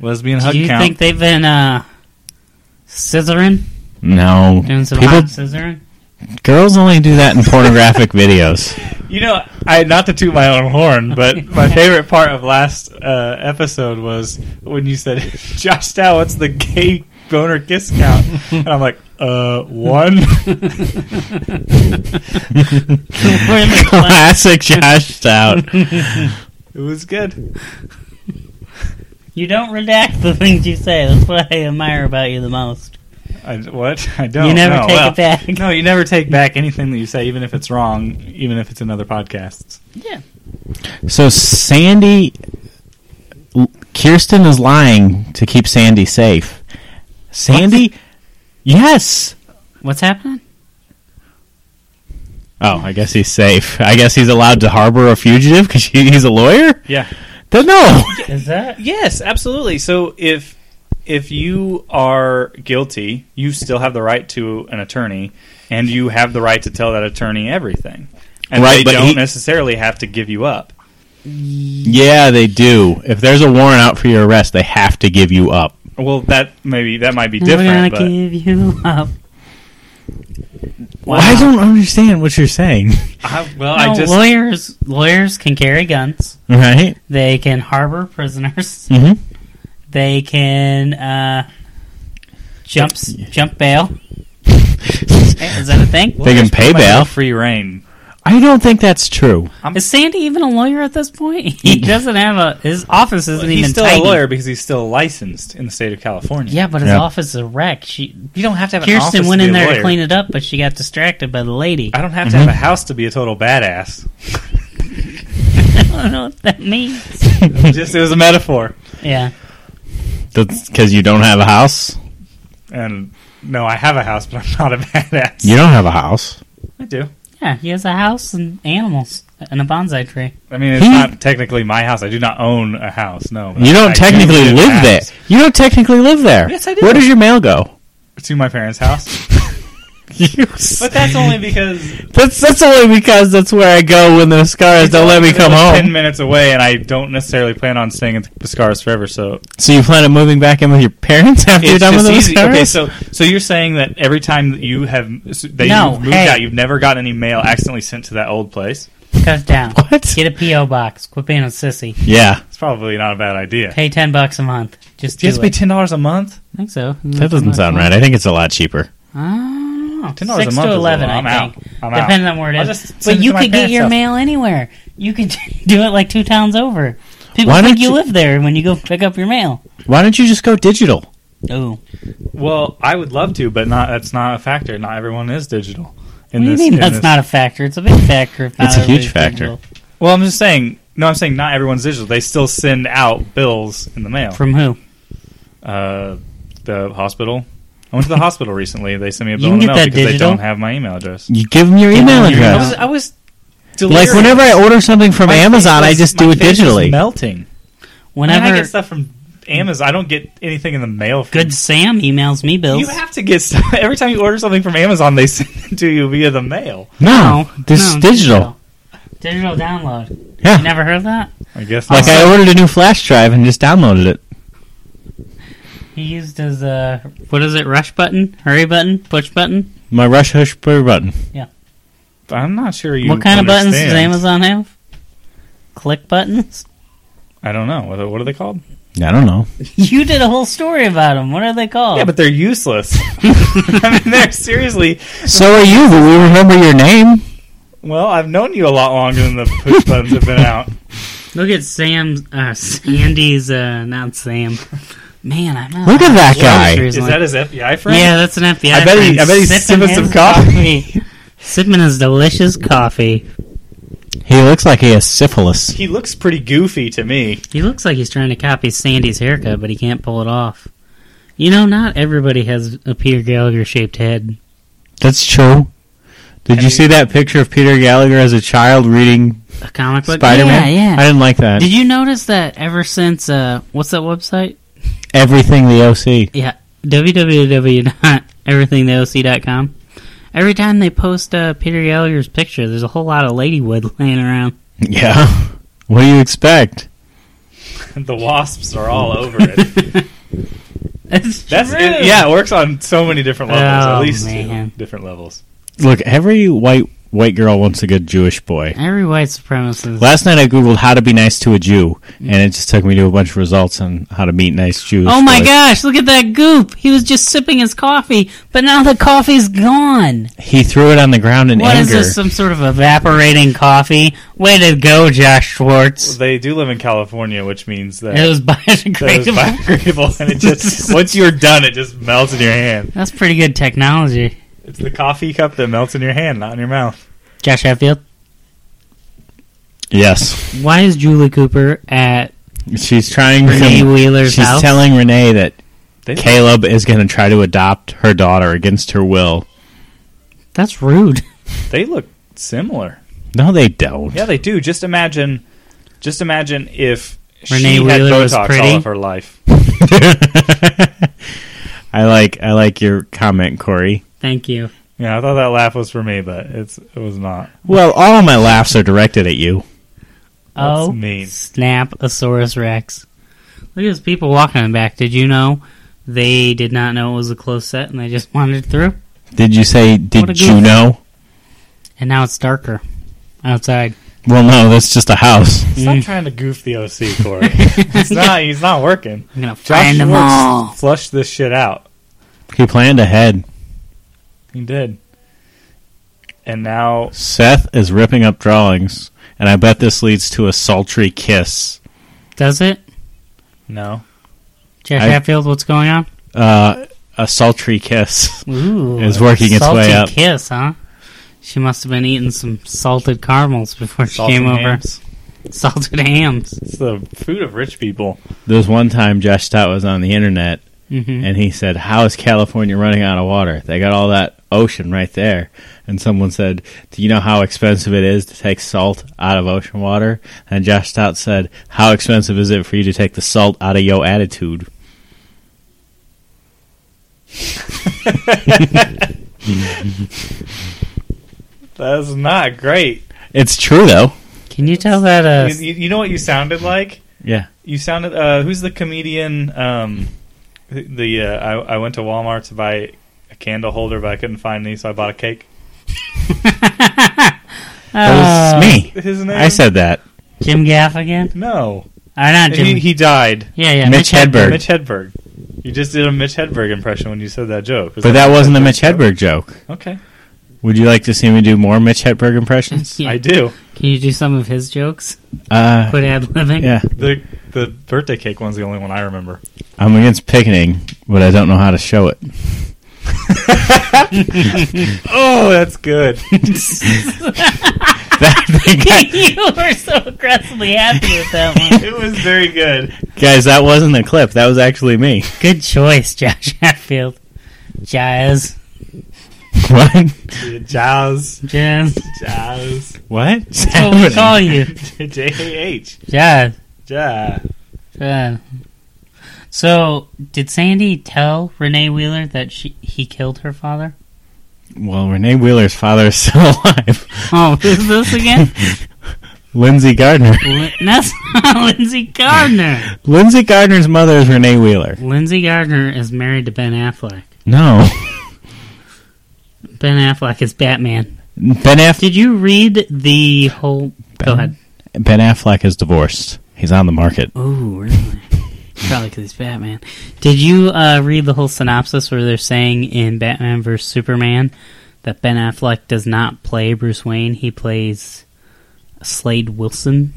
Speaker 1: lesbian hug
Speaker 3: Do you
Speaker 1: count.
Speaker 3: think they've been uh, scissoring?
Speaker 4: No.
Speaker 3: Doing some
Speaker 4: People,
Speaker 3: hot scissoring? *laughs*
Speaker 4: girls only do that in pornographic videos.
Speaker 1: You know, I not to toot my own horn, but my favorite part of last uh, episode was when you said, *laughs* "Josh Dow, what's the gay boner kiss count?" And I'm like, "Uh, one." *laughs*
Speaker 4: *laughs* Classic Josh Stout.
Speaker 1: it was good.
Speaker 3: You don't redact the things you say. That's what I admire about you the most.
Speaker 1: I, what? I don't.
Speaker 3: You never
Speaker 1: know.
Speaker 3: take
Speaker 1: Well,
Speaker 3: it back.
Speaker 1: No, you never take back anything that you say, even if it's wrong, even if it's in other podcasts.
Speaker 3: Yeah.
Speaker 4: So Sandy, Kirsten is lying to keep Sandy safe. Sandy, yes.
Speaker 3: What's happening?
Speaker 4: Oh, I guess he's safe. I guess he's allowed to harbor a fugitive because he's a lawyer.
Speaker 1: Yeah.
Speaker 4: Then no.
Speaker 3: Is that?
Speaker 1: Yes, absolutely. So if if you are guilty, you still have the right to an attorney, and you have the right to tell that attorney everything. And
Speaker 4: Right,
Speaker 1: they
Speaker 4: but
Speaker 1: don't
Speaker 4: he-
Speaker 1: necessarily have to give you up.
Speaker 4: *laughs* Yeah, they do. If there's a warrant out for your arrest, they have to give you up.
Speaker 1: Well, that maybe that might be
Speaker 3: We're gonna
Speaker 1: different. But
Speaker 3: give you up. Wow.
Speaker 4: I don't understand what you're saying. *laughs*
Speaker 1: I, well,
Speaker 3: No,
Speaker 1: I just
Speaker 3: lawyers lawyers can carry guns.
Speaker 4: Right?
Speaker 3: They can harbor prisoners. *laughs*
Speaker 4: Mm-hmm.
Speaker 3: They can uh, jump s- jump bail. Is that a thing?
Speaker 4: They can pay
Speaker 1: might have
Speaker 4: bail.
Speaker 1: free reign.
Speaker 4: I don't think that's true.
Speaker 3: Is Sandy even a lawyer at this point? *laughs* He doesn't have a his office isn't even
Speaker 1: He's still
Speaker 3: tidy.
Speaker 1: a lawyer because he's still licensed in the state of California.
Speaker 3: Yeah, but his
Speaker 4: Yeah.
Speaker 3: office is a wreck. She
Speaker 1: you don't have to have an office
Speaker 3: Kirsten went
Speaker 1: to be
Speaker 3: in
Speaker 1: a
Speaker 3: there
Speaker 1: lawyer.
Speaker 3: to clean it up, but she got distracted by the lady.
Speaker 1: I don't have to
Speaker 4: Mm-hmm.
Speaker 1: have a house to be a total
Speaker 4: *laughs*
Speaker 1: badass.
Speaker 3: *laughs* I don't know what that means.
Speaker 1: just it was a metaphor.
Speaker 3: Yeah.
Speaker 4: That's because you don't have a house.
Speaker 1: And no, I have a house, but I'm not a *laughs* badass.
Speaker 4: You don't have a house.
Speaker 1: I do.
Speaker 3: Yeah, he has a house and animals and a bonsai tree.
Speaker 1: I mean, it's
Speaker 4: He-
Speaker 1: not technically my house. I do not own a house. No,
Speaker 4: You don't
Speaker 1: I do
Speaker 4: technically
Speaker 1: a
Speaker 4: live
Speaker 1: house.
Speaker 4: there. You don't technically live there.
Speaker 1: Yes, I do.
Speaker 4: Where does your mail go?
Speaker 1: to my parents'
Speaker 4: *laughs*
Speaker 1: house. But that's
Speaker 3: *laughs*
Speaker 1: only because
Speaker 4: that's that's only because that's where I go when the scars don't let me
Speaker 1: it's
Speaker 4: come
Speaker 1: only
Speaker 4: home.
Speaker 1: Ten minutes away, and I don't necessarily plan on staying at the Scars forever. So
Speaker 4: So you plan on moving back in with your parents *laughs* after you're
Speaker 1: it's
Speaker 4: done with
Speaker 1: just
Speaker 4: those
Speaker 1: easy.
Speaker 4: scars?
Speaker 1: Okay, so so you're saying that every time that you have that
Speaker 3: No,
Speaker 1: you've moved
Speaker 3: hey.
Speaker 1: out, you've never got any mail accidentally sent to that old place.
Speaker 3: Cut it down.
Speaker 4: *laughs* What?
Speaker 3: Get a P.O. box. Quit being a sissy.
Speaker 4: yeah,
Speaker 1: It's probably not a bad idea.
Speaker 3: Pay ten bucks a month. Just
Speaker 1: Do you have
Speaker 3: do
Speaker 1: to pay
Speaker 3: it.
Speaker 1: ten dollars a month?
Speaker 3: I think so.
Speaker 4: that doesn't sound right. I think it's a lot cheaper.
Speaker 3: I
Speaker 1: Ten
Speaker 3: don't know.
Speaker 1: dollars a
Speaker 3: Six
Speaker 1: month.
Speaker 3: to
Speaker 1: is a
Speaker 3: eleven.
Speaker 1: lot. I'm
Speaker 3: I think.
Speaker 1: out. I'm out.
Speaker 3: Depending on where it
Speaker 1: I'll
Speaker 3: is.
Speaker 1: just send
Speaker 3: but
Speaker 1: it to
Speaker 3: you
Speaker 1: my
Speaker 3: could get
Speaker 1: parents'
Speaker 3: your
Speaker 1: house.
Speaker 3: mail anywhere. You could *laughs* do it like two towns over. People
Speaker 4: Why
Speaker 3: think
Speaker 4: don't
Speaker 3: you
Speaker 4: you-
Speaker 3: live there when you go pick up your mail.
Speaker 4: Why don't you just go digital?
Speaker 3: Oh,
Speaker 1: Well, I would love to, but not. That's not a factor. Not everyone is digital.
Speaker 3: what
Speaker 1: In
Speaker 3: do you
Speaker 1: this-
Speaker 3: mean
Speaker 1: in
Speaker 3: that's
Speaker 1: this-
Speaker 3: not a factor? It's a big factor. If not
Speaker 4: It's a huge
Speaker 3: everybody's
Speaker 4: factor.
Speaker 3: digital.
Speaker 1: Well, I'm just saying. No, I'm saying not everyone's digital. They still send out bills in the mail.
Speaker 3: From who?
Speaker 1: uh, the hospital. I went to the hospital recently. They sent me a bill
Speaker 3: You
Speaker 1: in the
Speaker 3: can
Speaker 1: mail
Speaker 3: get that
Speaker 1: because they
Speaker 3: digital.
Speaker 1: don't have my email address.
Speaker 4: You give them your email
Speaker 3: them your
Speaker 1: I
Speaker 3: Yeah.
Speaker 1: was,
Speaker 4: address.
Speaker 1: I was
Speaker 4: Like
Speaker 1: delirious.
Speaker 4: whenever I order something from
Speaker 1: My face
Speaker 4: Amazon, I
Speaker 1: was-
Speaker 4: just
Speaker 1: my
Speaker 4: do it
Speaker 1: face was
Speaker 4: digitally.
Speaker 1: melting. Whenever I
Speaker 3: Whenever
Speaker 1: get stuff from Amazon, I don't get anything in the mail. From
Speaker 3: good Sam emails me bills.
Speaker 1: You have to get stuff *laughs* every time you order something from Amazon. They send it to you via the mail.
Speaker 4: no, Oh, this is
Speaker 3: no,
Speaker 4: digital.
Speaker 3: digital. Digital download.
Speaker 4: Yeah,
Speaker 3: You never heard of that?
Speaker 1: I guess
Speaker 4: like I ordered a new flash drive and just downloaded it.
Speaker 3: He used his uh, what is it? Rush button, hurry button, push button.
Speaker 4: My rush hush push button.
Speaker 1: I'm not sure you.
Speaker 3: what kind of buttons does
Speaker 1: understand.
Speaker 3: Amazon have? Click buttons.
Speaker 1: I don't know. What are, what are they called?
Speaker 4: I don't know.
Speaker 3: *laughs* You did a whole story about them. What are they called?
Speaker 1: Yeah, but they're useless. *laughs* I mean, they're seriously.
Speaker 4: So are you, but we remember your name.
Speaker 1: Well, I've known you a lot longer than the push buttons have been
Speaker 3: *laughs*
Speaker 1: out.
Speaker 3: look at Sam's, uh, Sandy's, uh, not Sam. Man, I'm not.
Speaker 4: Look at that guy.
Speaker 1: Is that his FBI friend?
Speaker 3: yeah, that's an FBI.
Speaker 4: I bet he-
Speaker 3: friend
Speaker 4: I bet he's
Speaker 3: sipping
Speaker 4: sipping some
Speaker 3: his
Speaker 4: coffee.
Speaker 3: sipping his delicious coffee.
Speaker 4: He looks like he has syphilis.
Speaker 1: He looks pretty goofy to me. *laughs*
Speaker 3: He looks like he's trying to copy Sandy's haircut, but he can't pull it off. You know, not everybody has a Peter Gallagher shaped head.
Speaker 4: That's true. Did you see that picture of Peter Gallagher as a child reading
Speaker 3: A comic book.
Speaker 4: Spider Man?
Speaker 3: Yeah, yeah.
Speaker 4: I didn't like that.
Speaker 3: Did you notice that ever since uh, what's that website?
Speaker 4: Everything the OC.
Speaker 3: Yeah, *laughs* www.everythingtheoc.com. Every time they post uh, Peter Gallagher's picture, there's a whole lot of ladywood *laughs* laying around.
Speaker 4: Yeah. *laughs* What do you expect?
Speaker 1: The wasps are all over
Speaker 3: *laughs*
Speaker 1: it.
Speaker 3: It's
Speaker 1: That's
Speaker 3: true.
Speaker 1: it, yeah, it works on so many different levels,
Speaker 3: Oh,
Speaker 1: at least
Speaker 3: man.
Speaker 1: two different levels.
Speaker 4: Look, every white white girl wants a good Jewish boy.
Speaker 3: Every white supremacist.
Speaker 4: Last night I googled how to be nice to a Jew, and it just took me to a bunch of results on how to meet nice Jews.
Speaker 3: oh my
Speaker 4: Like,
Speaker 3: gosh, look at that goop. He was just sipping his coffee, but now the coffee's gone.
Speaker 4: He threw it on the ground in
Speaker 3: What is
Speaker 4: anger.
Speaker 3: this, some sort of evaporating coffee? Way to go, Josh Schwartz.
Speaker 1: They do live in California, which means that *laughs*
Speaker 3: It was *laughs*
Speaker 1: that it's
Speaker 3: biodegradable.
Speaker 1: biodegradable, and it
Speaker 3: *laughs*
Speaker 1: just once you're done, it just melts in your hand.
Speaker 3: That's pretty good technology.
Speaker 1: It's the coffee cup that melts in your hand, not in your mouth.
Speaker 3: Josh Hatfield,
Speaker 4: Yes,
Speaker 3: why is Julie Cooper at
Speaker 4: she's trying.
Speaker 3: Renee
Speaker 4: to,
Speaker 3: Wheeler's
Speaker 4: she's
Speaker 3: house?
Speaker 4: telling Renee that
Speaker 1: They-
Speaker 4: Caleb is going to try to adopt her daughter against her will.
Speaker 3: That's rude.
Speaker 1: They look similar.
Speaker 4: No, they don't.
Speaker 1: Yeah, they do. Just imagine, just imagine if
Speaker 3: Renee
Speaker 1: she
Speaker 3: Wheeler
Speaker 1: had
Speaker 3: was
Speaker 1: Botox
Speaker 3: pretty.
Speaker 1: all of her life.
Speaker 4: *laughs* I like I like your comment, Corey.
Speaker 3: Thank you.
Speaker 1: Yeah, I thought that laugh was for me, but it's it was not.
Speaker 4: Well, all of my laughs are directed at you.
Speaker 1: That's
Speaker 3: oh,
Speaker 1: mean.
Speaker 3: snap, Asaurus Rex. Look at those people walking back. Did you know they did not know it was a closed set and they just wandered through?
Speaker 4: Did you say?
Speaker 3: What a
Speaker 4: Did
Speaker 3: goof.
Speaker 4: you know?
Speaker 3: And now it's darker
Speaker 4: *laughs*
Speaker 3: outside.
Speaker 4: Well, no, that's just a house.
Speaker 1: Stop
Speaker 3: Mm.
Speaker 1: trying to goof the *laughs* OC, Corey.
Speaker 3: *laughs*
Speaker 1: it's not. He's not working.
Speaker 3: I'm going to
Speaker 1: Josh
Speaker 3: *laughs* find them
Speaker 1: Schwartz
Speaker 3: all.
Speaker 1: flushed this shit out.
Speaker 4: He planned ahead.
Speaker 1: He did. And now
Speaker 4: Seth is ripping up drawings, and I bet this leads to a sultry kiss.
Speaker 3: Does it?
Speaker 1: no.
Speaker 3: Josh
Speaker 4: I-
Speaker 3: Hatfield, what's going on?
Speaker 4: Uh, a sultry kiss. *laughs*
Speaker 3: Ooh,
Speaker 4: It's working its
Speaker 3: salty
Speaker 4: way up.
Speaker 3: Kiss, huh? She must have been eating some salted caramels before she
Speaker 1: Salted
Speaker 3: came over.
Speaker 1: hams.
Speaker 3: *laughs* Salted hams.
Speaker 1: It's the food of rich people.
Speaker 4: There's one time Josh Stott was on the internet,
Speaker 3: hmm
Speaker 4: and he said, "How is California running out of water? They got all that ocean right there." And someone said, "Do you know how expensive it is to take salt out of ocean water?" And Josh Stout said, "How expensive is it for you to take the salt out of your attitude?"
Speaker 1: That's not great.
Speaker 4: It's true though.
Speaker 3: Can you tell that? Uh,
Speaker 1: You, you- you know what you sounded like?
Speaker 4: Yeah.
Speaker 1: You sounded. Uh, who's the comedian? Um, the uh, I, I went to Walmart to buy a candle holder, but I couldn't find any, so I bought a cake.
Speaker 3: *laughs*
Speaker 4: That
Speaker 3: uh,
Speaker 4: was me.
Speaker 1: His name?
Speaker 4: I said that.
Speaker 3: Jim Gaffigan.
Speaker 1: no.
Speaker 3: Oh, not Jim.
Speaker 1: He, he died.
Speaker 3: yeah, yeah.
Speaker 4: Mitch Hedberg.
Speaker 1: Mitch Hedberg. You just did a Mitch Hedberg impression when you said that joke. Was
Speaker 4: But that wasn't a Mitch
Speaker 1: joke?
Speaker 4: Hedberg joke.
Speaker 1: Okay,
Speaker 4: Would you like to see me do more Mitch Hedberg
Speaker 3: *laughs*
Speaker 4: impressions?
Speaker 3: Yeah.
Speaker 1: I do.
Speaker 3: Can you do some of his jokes?
Speaker 4: Uh,
Speaker 3: Quit ad libbing. *laughs*
Speaker 4: yeah.
Speaker 1: the The birthday cake one's the only one I remember.
Speaker 4: I'm against picketing, but I don't know how to show it.
Speaker 1: Oh, that's good.
Speaker 4: That- *laughs*
Speaker 3: *laughs*
Speaker 4: that
Speaker 3: you were so aggressively happy with that
Speaker 1: *laughs*
Speaker 3: one.
Speaker 1: it was very good.
Speaker 4: guy- guys, that wasn't a clip. That was actually me.
Speaker 3: *laughs*
Speaker 4: *laughs*
Speaker 3: Good choice, Josh Hatfield. Jazz,
Speaker 4: What?
Speaker 1: Jazz,
Speaker 3: *laughs* jazz.
Speaker 1: jazz,
Speaker 4: What?
Speaker 3: That's what we call you,
Speaker 1: J A H,
Speaker 3: jazz.
Speaker 1: jazz.
Speaker 3: Yeah. So, did Sandy tell Renee Wheeler that she he killed her father?
Speaker 4: Well, Renee Wheeler's father is still *laughs* alive.
Speaker 3: *laughs* Oh, who's this again?
Speaker 4: Lindsay Gardner.
Speaker 3: *laughs*
Speaker 4: *laughs*
Speaker 3: Lin- That's not Lindsay *laughs* Gardner.
Speaker 4: Lindsay Gardner's mother is Renee Wheeler.
Speaker 3: Lindsay Gardner is married to Ben Affleck.
Speaker 4: No.
Speaker 3: Ben Affleck is Batman.
Speaker 4: Ben, Aff-
Speaker 3: Did you read the whole? Go
Speaker 4: Ben?
Speaker 3: ahead.
Speaker 4: ben Affleck is divorced. He's on the market. *laughs*
Speaker 3: Oh, really? *laughs* Probably because he's Batman. Did you uh, read the whole synopsis where they're saying in Batman vs Superman that Ben Affleck does not play Bruce Wayne? He plays Slade Wilson.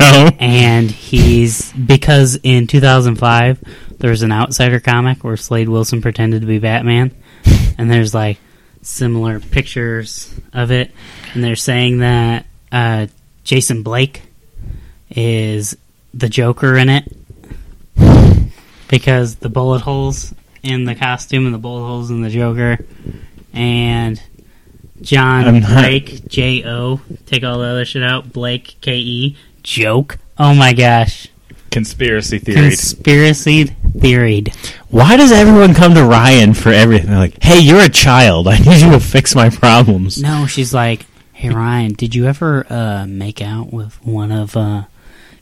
Speaker 4: No.
Speaker 3: and he's because in 2005 there was an outsider comic where slade wilson pretended to be batman and there's like similar pictures of it and they're saying that uh, jason blake is the joker in it because the bullet holes in the costume and the bullet holes in the joker and John
Speaker 4: I'm not-
Speaker 3: Blake J O. Take all the other shit out. Blake K E. Joke. Oh my gosh.
Speaker 1: Conspiracy theory.
Speaker 3: Conspiracy theoried.
Speaker 4: Why does everyone come to Ryan for everything? They're like, hey, you're a child. I need you to fix my problems.
Speaker 3: No, she's like, hey Ryan, did you ever uh, make out with one of uh,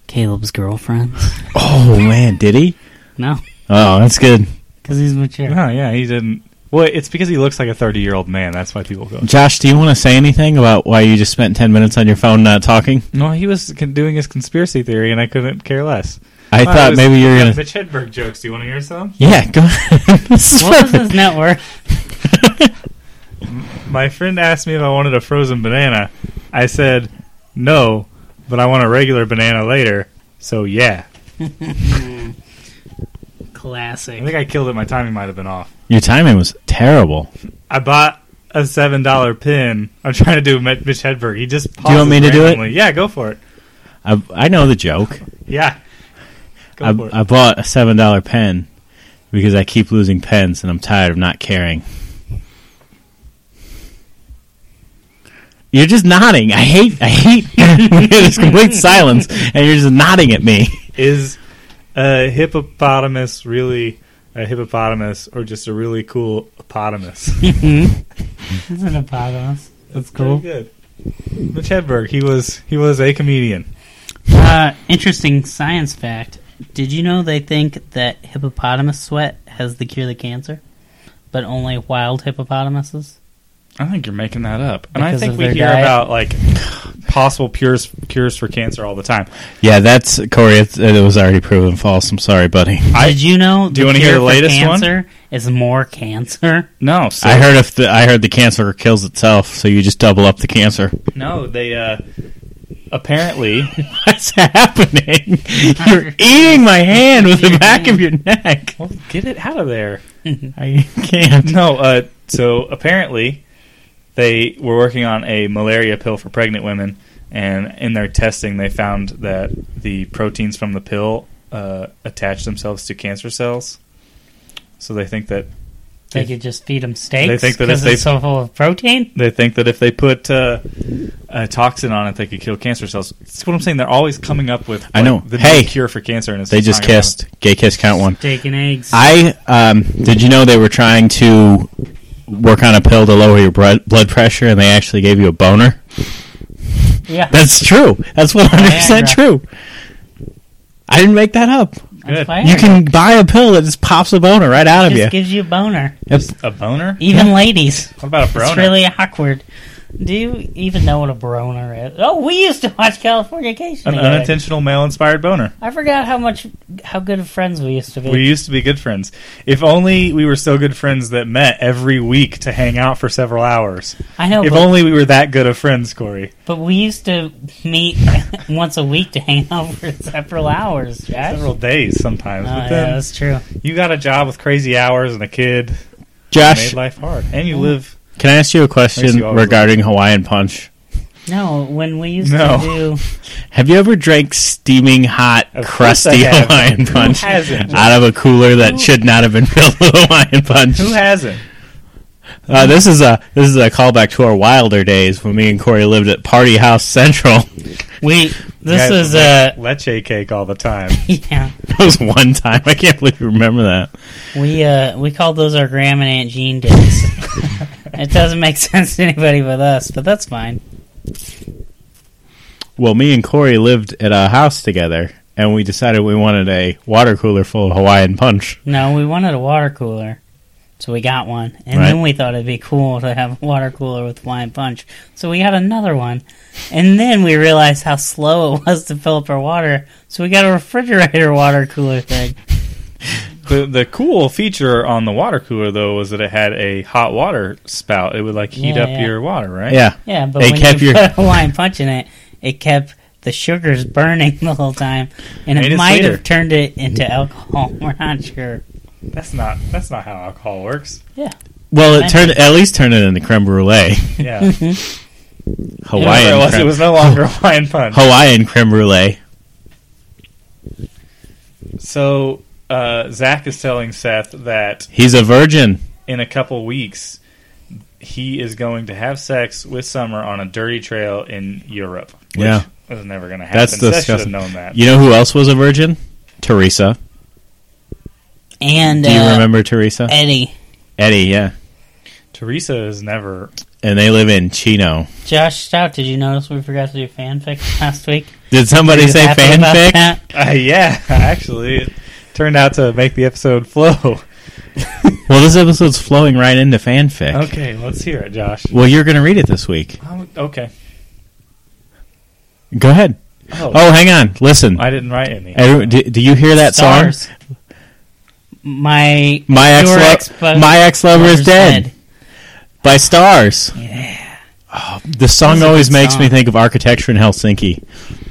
Speaker 3: Caleb's girlfriends? *laughs*
Speaker 4: Oh, man, did he?
Speaker 3: No,
Speaker 4: Oh, that's good.
Speaker 3: because he's mature.
Speaker 1: no, yeah, he didn't. Well, it's because he looks like a 30 year old man. That's why people go.
Speaker 4: Josh, do you want to say anything about why you just spent 10 minutes on your phone not talking?
Speaker 1: No, he was con- doing his conspiracy theory, and I couldn't care less.
Speaker 4: I
Speaker 1: Well,
Speaker 4: thought
Speaker 1: was-
Speaker 4: maybe you were going to.
Speaker 1: Mitch Hedberg jokes. Do you want to hear some?
Speaker 4: Yeah,
Speaker 1: *laughs*
Speaker 4: go ahead.
Speaker 3: What was his net worth?
Speaker 1: My friend asked me if I wanted a frozen banana. I said no, but I want a regular banana later. So yeah,
Speaker 4: *laughs*
Speaker 1: I
Speaker 3: Classic.
Speaker 1: think I killed it. My timing might have been off.
Speaker 4: Your timing was terrible.
Speaker 1: I bought a seven dollar pin. I'm trying to do Mit- Mitch Hedberg. He just pauses
Speaker 4: you want me to do it?
Speaker 1: randomly. Yeah, go for it.
Speaker 4: I, I know the joke.
Speaker 1: Yeah, go
Speaker 4: I,
Speaker 1: for it.
Speaker 4: I bought a seven dollar pen because I keep losing pens and I'm tired of not caring. You're just nodding. I hate. I hate. *laughs* There's complete silence, and you're just nodding at me.
Speaker 1: Is a hippopotamus really a hippopotamus or just a really cool hippopotamus?
Speaker 3: Isn't it fabulous? That's
Speaker 1: Very
Speaker 3: *laughs* cool.
Speaker 1: good. Mitch Hedberg, he was he was a comedian.
Speaker 3: Uh, interesting science fact. Did you know they think that hippopotamus sweat has the cure to cancer, but only wild hippopotamuses?
Speaker 1: I think you're making that up, and I
Speaker 3: Because
Speaker 1: think
Speaker 3: of
Speaker 1: we
Speaker 3: their
Speaker 1: hear
Speaker 3: diet?
Speaker 1: about like possible cures cures for cancer all the time.
Speaker 4: Yeah, that's Corey. It, it was already proven false. I'm sorry, buddy.
Speaker 1: I-
Speaker 3: Did you know
Speaker 1: Do you wanna hear the
Speaker 3: cure for
Speaker 1: latest one?
Speaker 3: cancer is more cancer?
Speaker 1: No, so,
Speaker 4: I heard if the I heard the cancer kills itself, so you just double up the cancer.
Speaker 1: no. They uh, apparently
Speaker 4: *laughs* What's happening? You're eating my hand with the back of your neck.
Speaker 1: well, get it out of there.
Speaker 4: I
Speaker 1: *laughs*
Speaker 4: can't.
Speaker 1: No, uh, so apparently they were working on a malaria pill for pregnant women, and in their testing, they found that the proteins from the pill uh, attach themselves to cancer cells. So they think that
Speaker 3: *laughs* They
Speaker 1: They-
Speaker 3: could just feed them steaks
Speaker 1: they think that
Speaker 3: because
Speaker 1: if they-
Speaker 3: it's so full of protein.
Speaker 1: they think that if they put uh, a toxin on it, they could kill cancer cells. That's what I'm saying. They're always coming up with
Speaker 4: I know.
Speaker 1: like, the
Speaker 4: Hey.
Speaker 1: new cure for cancer, and it's
Speaker 4: They just
Speaker 1: not gonna
Speaker 4: kissed. Gay kiss count one.
Speaker 3: Steak and eggs.
Speaker 4: I um, did you know they were trying to work on a pill to lower your blood blood pressure, and they actually gave you a boner.
Speaker 3: yeah,
Speaker 4: That's true. That's one hundred percent
Speaker 3: Viagra.
Speaker 4: true. I didn't make that up.
Speaker 1: Good.
Speaker 3: that's why
Speaker 4: You can buy a pill that just pops a boner right out
Speaker 3: it
Speaker 4: of
Speaker 3: just
Speaker 4: you.
Speaker 3: gives you a boner.
Speaker 1: happen. A boner?
Speaker 3: Even ladies.
Speaker 1: What about a broner?
Speaker 3: It's really awkward. Do you even know what a broner is? Oh, we used to watch Californication.
Speaker 1: An
Speaker 3: together.
Speaker 1: unintentional male-inspired boner.
Speaker 3: I forgot how much how good of friends we used to be.
Speaker 1: We used to be good friends. If only we were so good friends that met every week to hang out for several hours.
Speaker 3: I know,
Speaker 1: if
Speaker 3: but,
Speaker 1: only we were that good of friends, Corey.
Speaker 3: but we used to meet *laughs* once a week to hang out for several hours. Josh.
Speaker 1: Several days
Speaker 3: Oh,
Speaker 1: sometimes.
Speaker 3: yeah,
Speaker 1: but then
Speaker 3: that's true.
Speaker 1: you got a job with crazy hours and a kid. Made
Speaker 3: *laughs*
Speaker 4: Josh,
Speaker 1: life hard. And you live.
Speaker 4: can I ask you a question
Speaker 1: you always
Speaker 4: regarding Hawaiian Punch?
Speaker 3: No, when we used
Speaker 1: No.
Speaker 3: to
Speaker 4: Have you ever drank steaming hot,
Speaker 1: Of course
Speaker 4: crusty
Speaker 1: I have.
Speaker 4: Hawaian Punch
Speaker 1: Who hasn't?
Speaker 4: out of a cooler that should not have been filled with Hawaiian Punch?
Speaker 1: Who hasn't?
Speaker 4: Uh, this is a this is a callback to our wilder days when me and Corey lived at Party House Central. *laughs*
Speaker 3: do we this
Speaker 1: Guys,
Speaker 3: is
Speaker 1: le-
Speaker 3: uh *laughs*
Speaker 1: leche cake all the time.
Speaker 3: yeah
Speaker 4: That was one time. I can't believe you remember that.
Speaker 3: we uh we called those our Graham and Aunt Jean days. *laughs* it doesn't make *laughs* sense to anybody but us, but that's fine.
Speaker 4: Well, me and Corey lived at a house together, and we decided we wanted a water cooler full of Hawaiian punch.
Speaker 3: No, we wanted a water cooler. So we got one. And
Speaker 4: Right.
Speaker 3: then we thought it'd be cool to have a water cooler with Hawaiian Punch. So we got another one. And then we realized how slow it was to fill up our water. So we got a refrigerator water cooler thing.
Speaker 1: the, the cool feature on the water cooler, though, was that it had a hot water spout. It would, like, heat
Speaker 3: Yeah,
Speaker 1: up
Speaker 3: yeah.
Speaker 1: your water, right?
Speaker 4: Yeah,
Speaker 3: Yeah, but
Speaker 4: They
Speaker 3: when
Speaker 4: kept
Speaker 3: you
Speaker 4: your-
Speaker 3: put *laughs* Hawaiian Punch in it, it kept the sugars burning *laughs* the whole time. And
Speaker 1: Made
Speaker 3: it
Speaker 1: it
Speaker 3: might
Speaker 1: sweeter.
Speaker 3: have turned it into alcohol. *laughs* We're not sure.
Speaker 1: That's not, that's not how alcohol
Speaker 3: *laughs*
Speaker 1: works.
Speaker 4: well, it turned at least turned it into creme brulee, *laughs*
Speaker 1: Yeah. Whatever
Speaker 4: Hawaiian
Speaker 1: it was, it
Speaker 4: creme,
Speaker 1: was no longer *laughs* Hawaiian punch.
Speaker 4: Hawaiian creme brulee.
Speaker 1: So uh, Zach is telling Seth that
Speaker 4: He's a virgin.
Speaker 1: in a couple weeks he is going to have sex with Summer on a dirty trail in Europe. Which
Speaker 4: Yeah.
Speaker 1: was never going to happen.
Speaker 4: That's
Speaker 1: Seth
Speaker 4: disgusting.
Speaker 1: should have known that.
Speaker 4: You know who else was a virgin? Teresa.
Speaker 3: And
Speaker 4: Do you
Speaker 3: uh,
Speaker 4: remember Teresa?
Speaker 3: Eddie,
Speaker 4: Eddie. Yeah,
Speaker 1: Teresa is never. *laughs*
Speaker 4: and they live in Chino.
Speaker 3: Josh Stout, did you notice we forgot to do fanfic *laughs* last week?
Speaker 4: Did somebody
Speaker 3: Pretty
Speaker 4: say
Speaker 3: happy about
Speaker 4: fanfic?
Speaker 3: that.
Speaker 1: Uh, yeah, actually, it turned out to make the episode flow. *laughs*
Speaker 4: Well, this episode's flowing right into fanfic.
Speaker 1: Okay, let's hear it, Josh.
Speaker 4: Well, you're going to read it this week.
Speaker 1: Um, okay.
Speaker 4: Go ahead.
Speaker 1: Oh,
Speaker 4: Oh, hang on. Listen.
Speaker 1: I didn't write any.
Speaker 4: Every- do, do you hear that song?
Speaker 3: Stars. My
Speaker 4: My ex,
Speaker 3: your
Speaker 4: lo-
Speaker 3: ex-bu-
Speaker 4: my ex lover is dead. by Stars.
Speaker 3: Yeah.
Speaker 4: This song
Speaker 3: That's a
Speaker 4: always
Speaker 3: good
Speaker 4: makes me
Speaker 3: song.
Speaker 4: think of architecture in Helsinki.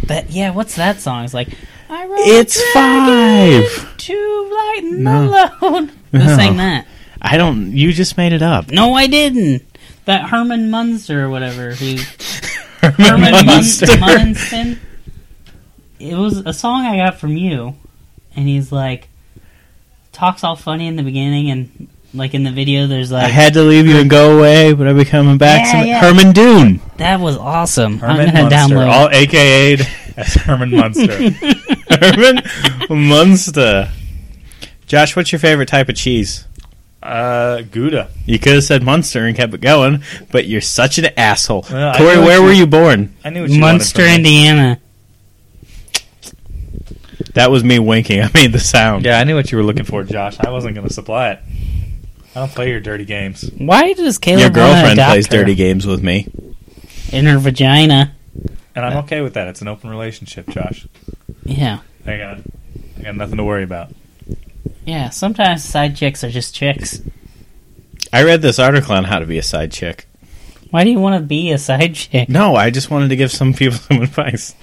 Speaker 3: That yeah. What's that song? It's like I wrote
Speaker 4: It's
Speaker 3: dragon
Speaker 4: five.
Speaker 3: to lighten
Speaker 4: No.
Speaker 3: the load.
Speaker 4: No.
Speaker 3: Who sang that?
Speaker 4: I don't. You just made it up.
Speaker 3: No, I didn't. That Herman Munster or whatever. Who
Speaker 4: Herman *laughs*
Speaker 3: Herman
Speaker 4: Munster.
Speaker 3: Munster. Munson. It was a song I got from you, and he's like talks all funny in the beginning, and like in the video, there's
Speaker 4: I
Speaker 3: like
Speaker 4: had to leave you and go away, but I'll be coming back.
Speaker 3: Yeah,
Speaker 4: some-
Speaker 3: yeah.
Speaker 1: *laughs*
Speaker 4: Herman Dune.
Speaker 3: that was awesome.
Speaker 1: Herman
Speaker 3: I'm gonna
Speaker 1: Munster,
Speaker 3: download.
Speaker 1: all AKA'd as Herman Munster.
Speaker 3: *laughs*
Speaker 4: Herman Munster. Josh, what's your favorite type of cheese?
Speaker 1: uh, Gouda.
Speaker 4: You could have said Munster and kept it going, but you're such an asshole.
Speaker 1: Well, I
Speaker 4: Corey,
Speaker 1: know
Speaker 4: where
Speaker 1: what
Speaker 4: were
Speaker 1: you-
Speaker 4: you born?
Speaker 1: I knew what you
Speaker 3: Munster,
Speaker 1: wanted from me.
Speaker 3: Indiana.
Speaker 4: That was me winking. *laughs* I made the sound.
Speaker 1: Yeah, I knew what you were looking for, Josh. I wasn't going to supply it. I don't play your dirty games.
Speaker 3: Why does Caleb
Speaker 4: Your girlfriend
Speaker 3: wanna
Speaker 4: plays
Speaker 3: adopt her
Speaker 4: dirty games with me.
Speaker 3: in her vagina?
Speaker 1: And I'm okay with that. It's an open relationship, Josh.
Speaker 3: Yeah,
Speaker 1: I got, I got nothing to worry about.
Speaker 3: yeah. Sometimes side chicks are just chicks.
Speaker 4: I read this article on how to be a side chick.
Speaker 3: Why do you want to be a side chick?
Speaker 4: No, I just wanted to give some *laughs* people some advice.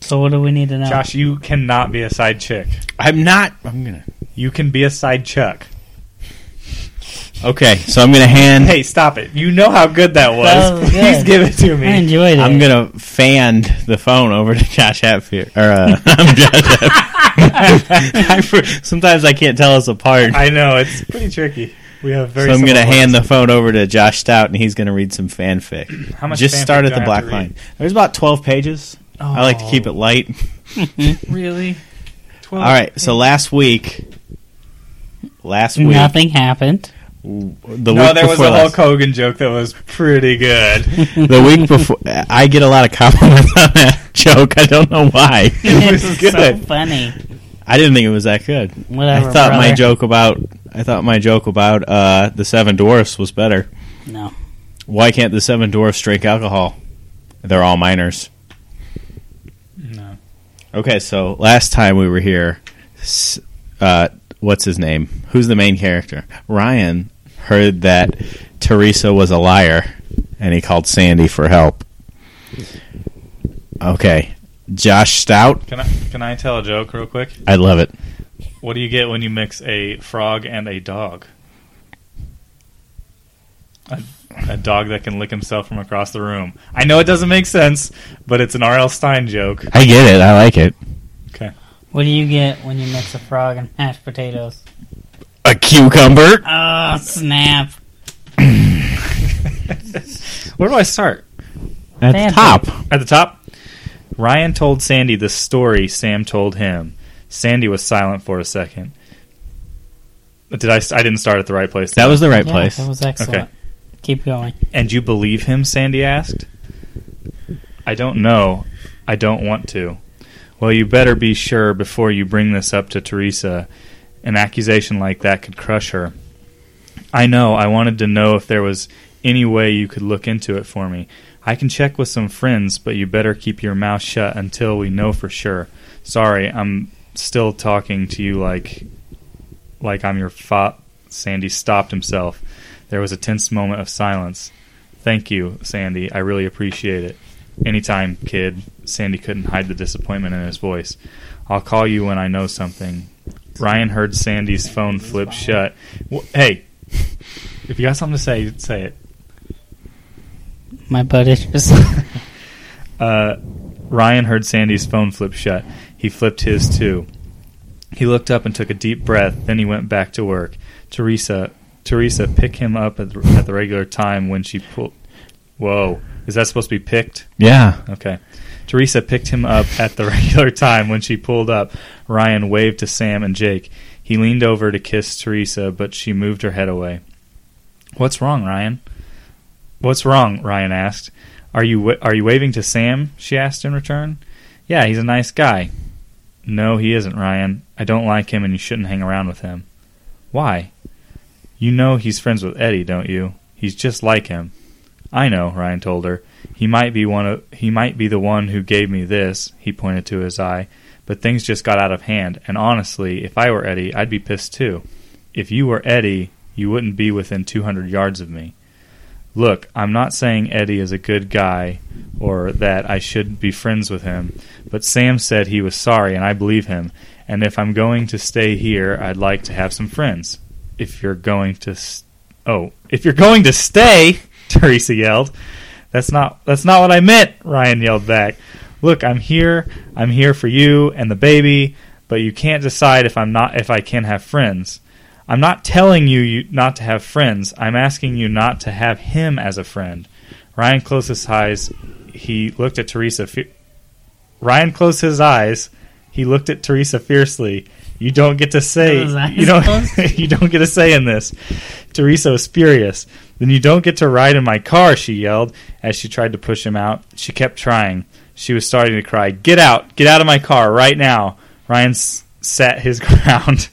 Speaker 3: So what do we need to know?
Speaker 1: Josh, you cannot be a side chick.
Speaker 4: I'm not. I'm gonna.
Speaker 1: You can be a side chuck.
Speaker 4: Okay, so I'm gonna hand.
Speaker 1: Hey, stop it. You know how good that was.
Speaker 4: *laughs*
Speaker 3: That was
Speaker 1: Please
Speaker 3: Oh, good.
Speaker 1: give it to
Speaker 3: I
Speaker 1: me.
Speaker 3: enjoyed it.
Speaker 4: I'm gonna fan the phone over to *laughs* Josh Hatfield. Or uh, *laughs* I'm Josh. Hatfield. *laughs* I for- Sometimes I can't tell us
Speaker 1: *laughs*
Speaker 4: apart.
Speaker 1: I know, it's pretty tricky. We have
Speaker 4: so
Speaker 1: very
Speaker 4: I'm gonna
Speaker 1: similar
Speaker 4: hand
Speaker 1: ones.
Speaker 4: the phone over to Josh Stout, and he's gonna read some fanfic.
Speaker 1: *clears throat* How much
Speaker 4: Just
Speaker 1: fanfic
Speaker 4: start
Speaker 1: do
Speaker 4: at
Speaker 1: I
Speaker 4: the
Speaker 1: have
Speaker 4: black
Speaker 1: to read?
Speaker 4: line. There's about 12 pages. I like to keep it light.
Speaker 1: Really? 12
Speaker 4: All right. So last week, last week,
Speaker 3: Nothing happened.
Speaker 4: the
Speaker 1: No,
Speaker 4: week
Speaker 1: there was
Speaker 4: before
Speaker 1: a
Speaker 4: last-
Speaker 1: Hulk Hogan joke that was pretty good. *laughs*
Speaker 4: the week before I get a lot of *laughs* compliments on that joke. I don't know
Speaker 1: *laughs*
Speaker 4: why.
Speaker 3: It's so
Speaker 4: good.
Speaker 3: funny.
Speaker 4: I didn't think it was that good.
Speaker 3: Whatever.
Speaker 4: I thought my
Speaker 3: brother.
Speaker 4: joke about I thought my joke about uh, the seven dwarfs was better.
Speaker 3: No.
Speaker 4: Why can't the seven dwarfs drink alcohol? They're all minors.
Speaker 1: No.
Speaker 4: Okay, so last time we were here, s- uh, what's his name? Who's the main character? Ryan heard that Teresa was a liar, and he called Sandy for help. Okay, Josh Stout.
Speaker 1: Can I can I tell a joke real quick?
Speaker 4: I love it.
Speaker 1: What do you get when you mix a frog and a dog? A, a dog that can lick himself from across the room. I know it doesn't make sense, but it's an R.L. Stein joke.
Speaker 4: I get it. I like it.
Speaker 3: What do you get when you mix a frog and mashed potatoes?
Speaker 4: A cucumber.
Speaker 3: Oh, snap.
Speaker 1: Where do I start?
Speaker 4: At
Speaker 3: Fancy.
Speaker 4: the top.
Speaker 1: At the top, Ryan told Sandy the story Sam told him. Sandy was silent for a second. Did I? I didn't start at the right place. did
Speaker 4: That
Speaker 1: I?
Speaker 4: was the right
Speaker 3: Yeah,
Speaker 4: place.
Speaker 3: That was excellent.
Speaker 1: Okay.
Speaker 3: Keep going.
Speaker 1: And you believe him? Sandy asked. I don't know. I don't want to. Well, you better be sure before you bring this up to Teresa. An accusation like that could crush her. I know. I wanted to know if there was any way you could look into it for me. I can check with some friends, but you better keep your mouth shut until we know for sure. Sorry, I'm still talking to you like like I'm your fa Sandy stopped himself. There was a tense moment of silence. Thank you, Sandy. I really appreciate it. Anytime, kid. Sandy couldn't hide the disappointment in his voice. I'll call you when I know something. Ryan heard Sandy's phone flip shut. Wh- hey, if you got something to say, say it.
Speaker 3: My butt is just.
Speaker 1: *laughs* Uh, Ryan heard Sandy's phone flip shut. He flipped his too. He looked up and took a deep breath. Then he went back to work. Teresa, Teresa, pick him up at the, at the regular time when she pulled. Whoa, is that supposed to be picked?
Speaker 4: Yeah.
Speaker 1: Okay. Teresa picked him up at the *laughs* regular time when she pulled up. Ryan waved to Sam and Jake. He leaned over to kiss Teresa, but she moved her head away. "What's wrong, Ryan?" "What's wrong?" Ryan asked. "Are you wa- are you waving to Sam?" she asked in return. "Yeah, he's a nice guy." "No, he isn't, Ryan. I don't like him and you shouldn't hang around with him." Why? You know he's friends with Eddie, don't you? He's just like him. I know, Ryan told her. He might be one of he might be the one who gave me this, he pointed to his eye, but things just got out of hand, and honestly, if I were Eddie, I'd be pissed too. If you were Eddie, you wouldn't be within 200 yards of me. Look, I'm not saying Eddie is a good guy or that I should be friends with him, but Sam said he was sorry, and I believe him. And if I'm going to stay here, I'd like to have some friends. If you're going to, s oh, if you're going to stay, *laughs* Teresa yelled. That's not that's not what I meant. Ryan yelled back. Look, I'm here. I'm here for you and the baby, but you can't decide if I'm not if I can have friends. I'm not telling you, you not to have friends. I'm asking you not to have him as a friend. Ryan closed his eyes. He looked at Teresa. Fe- Ryan closed his eyes. He looked at Teresa fiercely. You don't get to say
Speaker 3: Are those eyes
Speaker 1: you don't *laughs*
Speaker 3: closed?
Speaker 1: you don't get a say in this. Teresa was furious. Then you don't get to ride in my car, she yelled as she tried to push him out. She kept trying. She was starting to cry. Get out! Get out of my car right now! Ryan s- sat his *laughs* ground.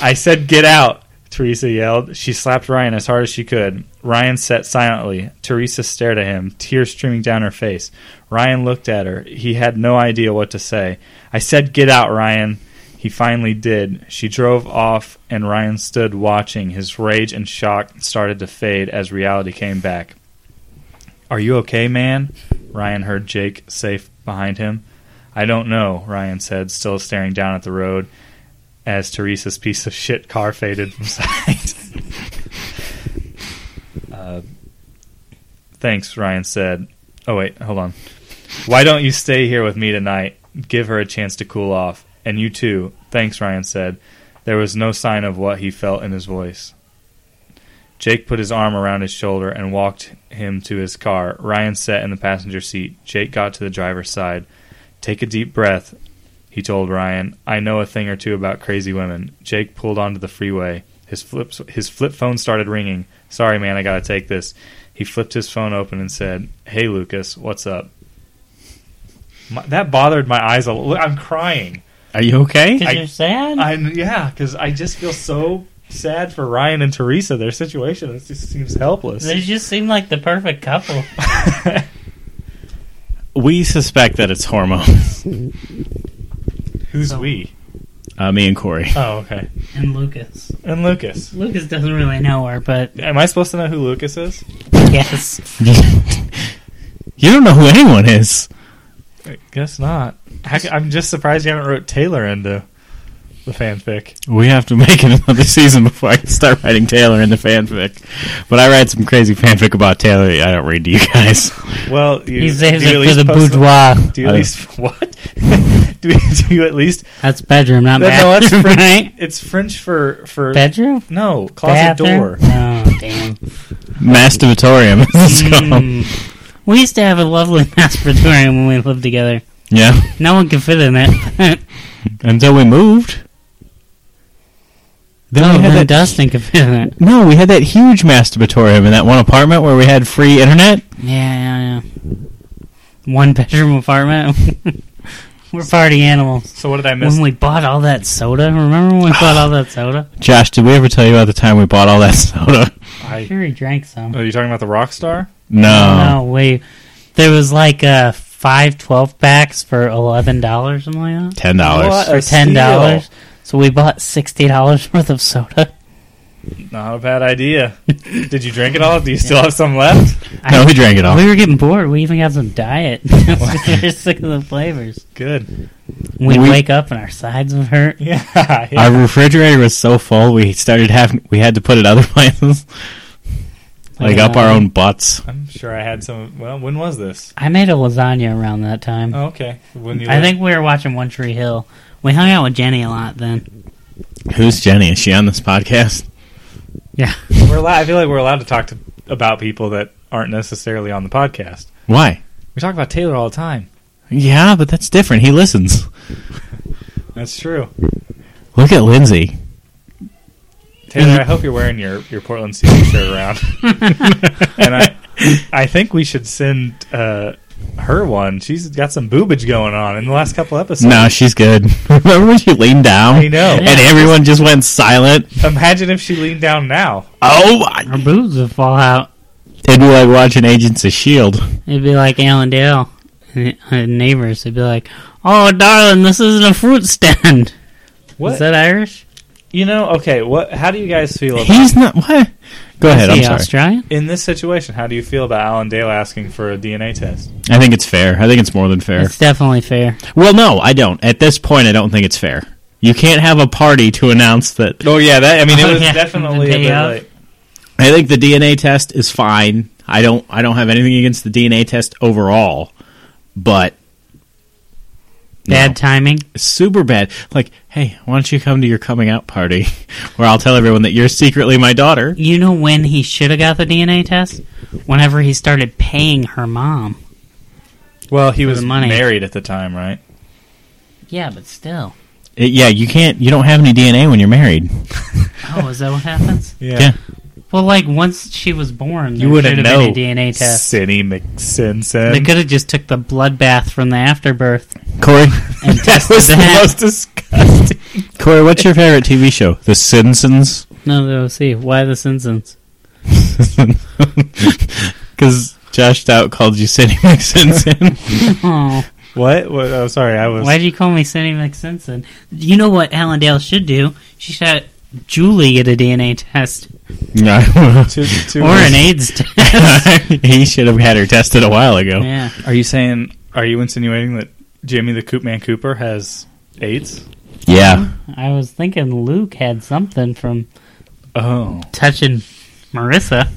Speaker 1: I said, Get out! Teresa yelled. She slapped Ryan as hard as she could. Ryan sat silently. Teresa stared at him, tears streaming down her face. Ryan looked at her. He had no idea what to say. I said, Get out, Ryan! He finally did. She drove off, and Ryan stood watching. His rage and shock started to fade as reality came back. Are you okay, man? Ryan heard Jake safe behind him. I don't know, Ryan said, still staring down at the road as Teresa's piece of shit car faded from *laughs* sight. uh, thanks, Ryan said. Oh, wait, hold on. Why don't you stay here with me tonight? Give her a chance to cool off. And you too. Thanks, Ryan said. There was no sign of what he felt in his voice. Jake put his arm around his shoulder and walked him to his car. Ryan sat in the passenger seat. Jake got to the driver's side. Take a deep breath, he told Ryan. I know a thing or two about crazy women. Jake pulled onto the freeway. His flip, his flip phone started ringing. Sorry, man, I gotta take this. He flipped his phone open and said, "Hey, Lucas, what's up?" My, that bothered my eyes a little. I'm crying.
Speaker 4: Are you okay?
Speaker 1: I-
Speaker 3: Because you're sad?
Speaker 1: I'm yeah, because I just feel so sad for Ryan and Teresa. Their situation it just seems helpless.
Speaker 3: they just seem like the perfect couple.
Speaker 4: We suspect that it's hormones. *laughs*
Speaker 1: Who's
Speaker 3: So-
Speaker 1: we?
Speaker 4: Uh, me and
Speaker 3: *laughs*
Speaker 4: Corey.
Speaker 1: Oh, okay.
Speaker 3: and Lucas.
Speaker 1: And Lucas.
Speaker 3: Lucas doesn't really know her, but
Speaker 1: Am I supposed to know who Lucas is?
Speaker 3: yes.
Speaker 4: you don't know who anyone is.
Speaker 1: I guess not. How ca- I'm just surprised you haven't wrote Taylor into the fanfic.
Speaker 4: We have to make it another *laughs* season before I can start writing Taylor in the fanfic. But I write some crazy fanfic about Taylor. I don't read to you guys. *laughs*
Speaker 1: Well, you,
Speaker 3: *laughs* He saves
Speaker 1: do you
Speaker 3: it
Speaker 1: at least
Speaker 3: for the
Speaker 1: post-
Speaker 3: boudoir.
Speaker 1: Do you
Speaker 4: I
Speaker 1: at
Speaker 4: don't-
Speaker 1: least *laughs* what? do, you, do you at least?
Speaker 3: That's bedroom, not
Speaker 1: No, no, that's
Speaker 3: bathroom,
Speaker 1: French.
Speaker 3: right?
Speaker 1: It's French for for
Speaker 3: Bedroom?
Speaker 1: no closet
Speaker 3: *laughs* bathroom?
Speaker 1: door.
Speaker 3: Oh, *laughs* damn.
Speaker 4: Masturbatorium. It's called.
Speaker 3: Mm. We used to have a lovely *laughs* masturbatorium when we lived together.
Speaker 4: Yeah.
Speaker 3: No one could fit in it. *laughs*
Speaker 4: Until we moved. Then
Speaker 3: no,
Speaker 4: we
Speaker 3: even
Speaker 4: had that,
Speaker 3: Dustin could fit in it.
Speaker 4: no, we had that huge masturbatorium in that one apartment where we had free internet.
Speaker 3: Yeah, yeah, yeah. One bedroom *laughs* apartment. We're party animals.
Speaker 1: So what did I miss?
Speaker 3: When we bought all that soda, remember when we bought all that soda?
Speaker 4: Josh, did we ever tell you about the time we bought all that *laughs* soda?
Speaker 1: I,
Speaker 3: Sure, he drank some.
Speaker 1: are you talking about the rock star?
Speaker 4: No.
Speaker 3: No, wait. There was like uh, five 12 packs for $11, something like that.
Speaker 4: Ten
Speaker 1: What?
Speaker 4: dollars.
Speaker 1: A
Speaker 3: For ten dollars, so we bought sixty dollars *laughs* worth of soda.
Speaker 1: Not a bad *laughs* idea. Did you drink it all? Do you still have some left?
Speaker 4: No, we drank it
Speaker 3: *laughs*
Speaker 4: all.
Speaker 3: We were getting bored. We even got some diet. *laughs* we were sick of the flavors.
Speaker 1: Good.
Speaker 3: We
Speaker 4: We-
Speaker 3: would wake up and our sides would hurt.
Speaker 1: Yeah. *laughs* yeah.
Speaker 4: Our refrigerator was so full we started having we had to put it other *laughs* places. Like up our
Speaker 3: Yeah.
Speaker 4: own butts.
Speaker 1: I'm sure I had some. Well, when was this?
Speaker 3: I made a lasagna around that time.
Speaker 1: Oh, okay. When you
Speaker 3: I
Speaker 1: lived-
Speaker 3: think we were watching One Tree Hill. We hung out with Jenny a lot then.
Speaker 4: Who's Jenny? Is she on this podcast?
Speaker 3: Yeah,
Speaker 1: we're allowed. I feel like we're allowed to talk to about people that aren't necessarily on the podcast.
Speaker 4: Why?
Speaker 1: We talk about Taylor all the time.
Speaker 4: Yeah, but that's different. He listens.
Speaker 1: That's true.
Speaker 4: Look at Lindsay.
Speaker 1: Taylor, I hope you're wearing your, your Portland *laughs* Sea shirt around. and I I think we should send uh, her one. She's got some boobage going on in the last couple episodes.
Speaker 4: No, she's good. *laughs* Remember when she leaned down?
Speaker 1: I know.
Speaker 4: And everyone just went silent.
Speaker 1: Imagine if she leaned down now.
Speaker 4: Oh, I-
Speaker 3: Her boobs would fall out.
Speaker 4: it'd be like watching Agents of Shield.
Speaker 3: It'd be like Allendale and and neighbors. It'd be like, "Oh, darling, this isn't a fruit stand."
Speaker 1: What
Speaker 3: Is that Irish?
Speaker 1: you know? Okay, what? How do you guys feel about
Speaker 4: He's not. What? Go ahead.
Speaker 3: Is
Speaker 4: I'm
Speaker 3: he
Speaker 4: sorry.
Speaker 3: Australian?
Speaker 1: in this situation? How do you feel about Alan Dale asking for a DNA test?
Speaker 4: I think it's fair. I think it's more than fair.
Speaker 3: It's definitely fair.
Speaker 4: Well, no, I don't. At this point, I don't think it's fair. You can't have a party to announce that. Oh yeah, that. I
Speaker 1: *laughs*
Speaker 4: mean,
Speaker 1: It
Speaker 3: Oh,
Speaker 1: was
Speaker 3: yeah,
Speaker 1: definitely
Speaker 3: the
Speaker 1: a
Speaker 3: day
Speaker 1: bit
Speaker 3: of.
Speaker 1: like
Speaker 4: I think the DNA test is fine. I don't. I don't have anything against the DNA test overall, but No.
Speaker 3: Bad timing.
Speaker 4: super bad. Like, hey, why don't you come to your coming out party *laughs* where I'll tell everyone that you're secretly my daughter?
Speaker 3: You know when he should have got the DNA test? Whenever he started paying her mom.
Speaker 1: Well, he
Speaker 3: For
Speaker 1: was
Speaker 3: the money.
Speaker 1: married at the time, right?
Speaker 3: Yeah, but still.
Speaker 4: It- yeah, you can't. You don't have any DNA when you're married.
Speaker 3: Oh, is that what happens?
Speaker 4: Yeah.
Speaker 3: Well, like once she was born, there
Speaker 1: You wouldn't
Speaker 3: should have
Speaker 1: know.
Speaker 3: been a DNA test.
Speaker 1: Cindy McSinson.
Speaker 3: They could have just took the bloodbath from the afterbirth.
Speaker 4: Corey,
Speaker 1: that was *laughs* the
Speaker 3: that.
Speaker 1: most disgusting.
Speaker 4: Corey, what's your favorite TV show? The Simpsons.
Speaker 3: No, they'll see. Why the Simpsons?
Speaker 4: Because Josh Stout called you Cindy McSinson.
Speaker 1: *laughs*
Speaker 3: Oh,
Speaker 1: What? what? Oh, sorry, I was.
Speaker 3: why would you call me Cindy McSinson? You know what Alan Dale should do? She should have Julie get a DNA test
Speaker 4: *laughs* no.
Speaker 1: Too, too
Speaker 3: or an AIDS test. *laughs*
Speaker 4: *laughs* he should have had her tested a while ago.
Speaker 3: yeah.
Speaker 1: Are you saying? Are you insinuating that Jimmy the Coopman Cooper has AIDS?
Speaker 4: Yeah.
Speaker 3: I was thinking Luke had something from
Speaker 1: Oh,
Speaker 3: touching Marissa.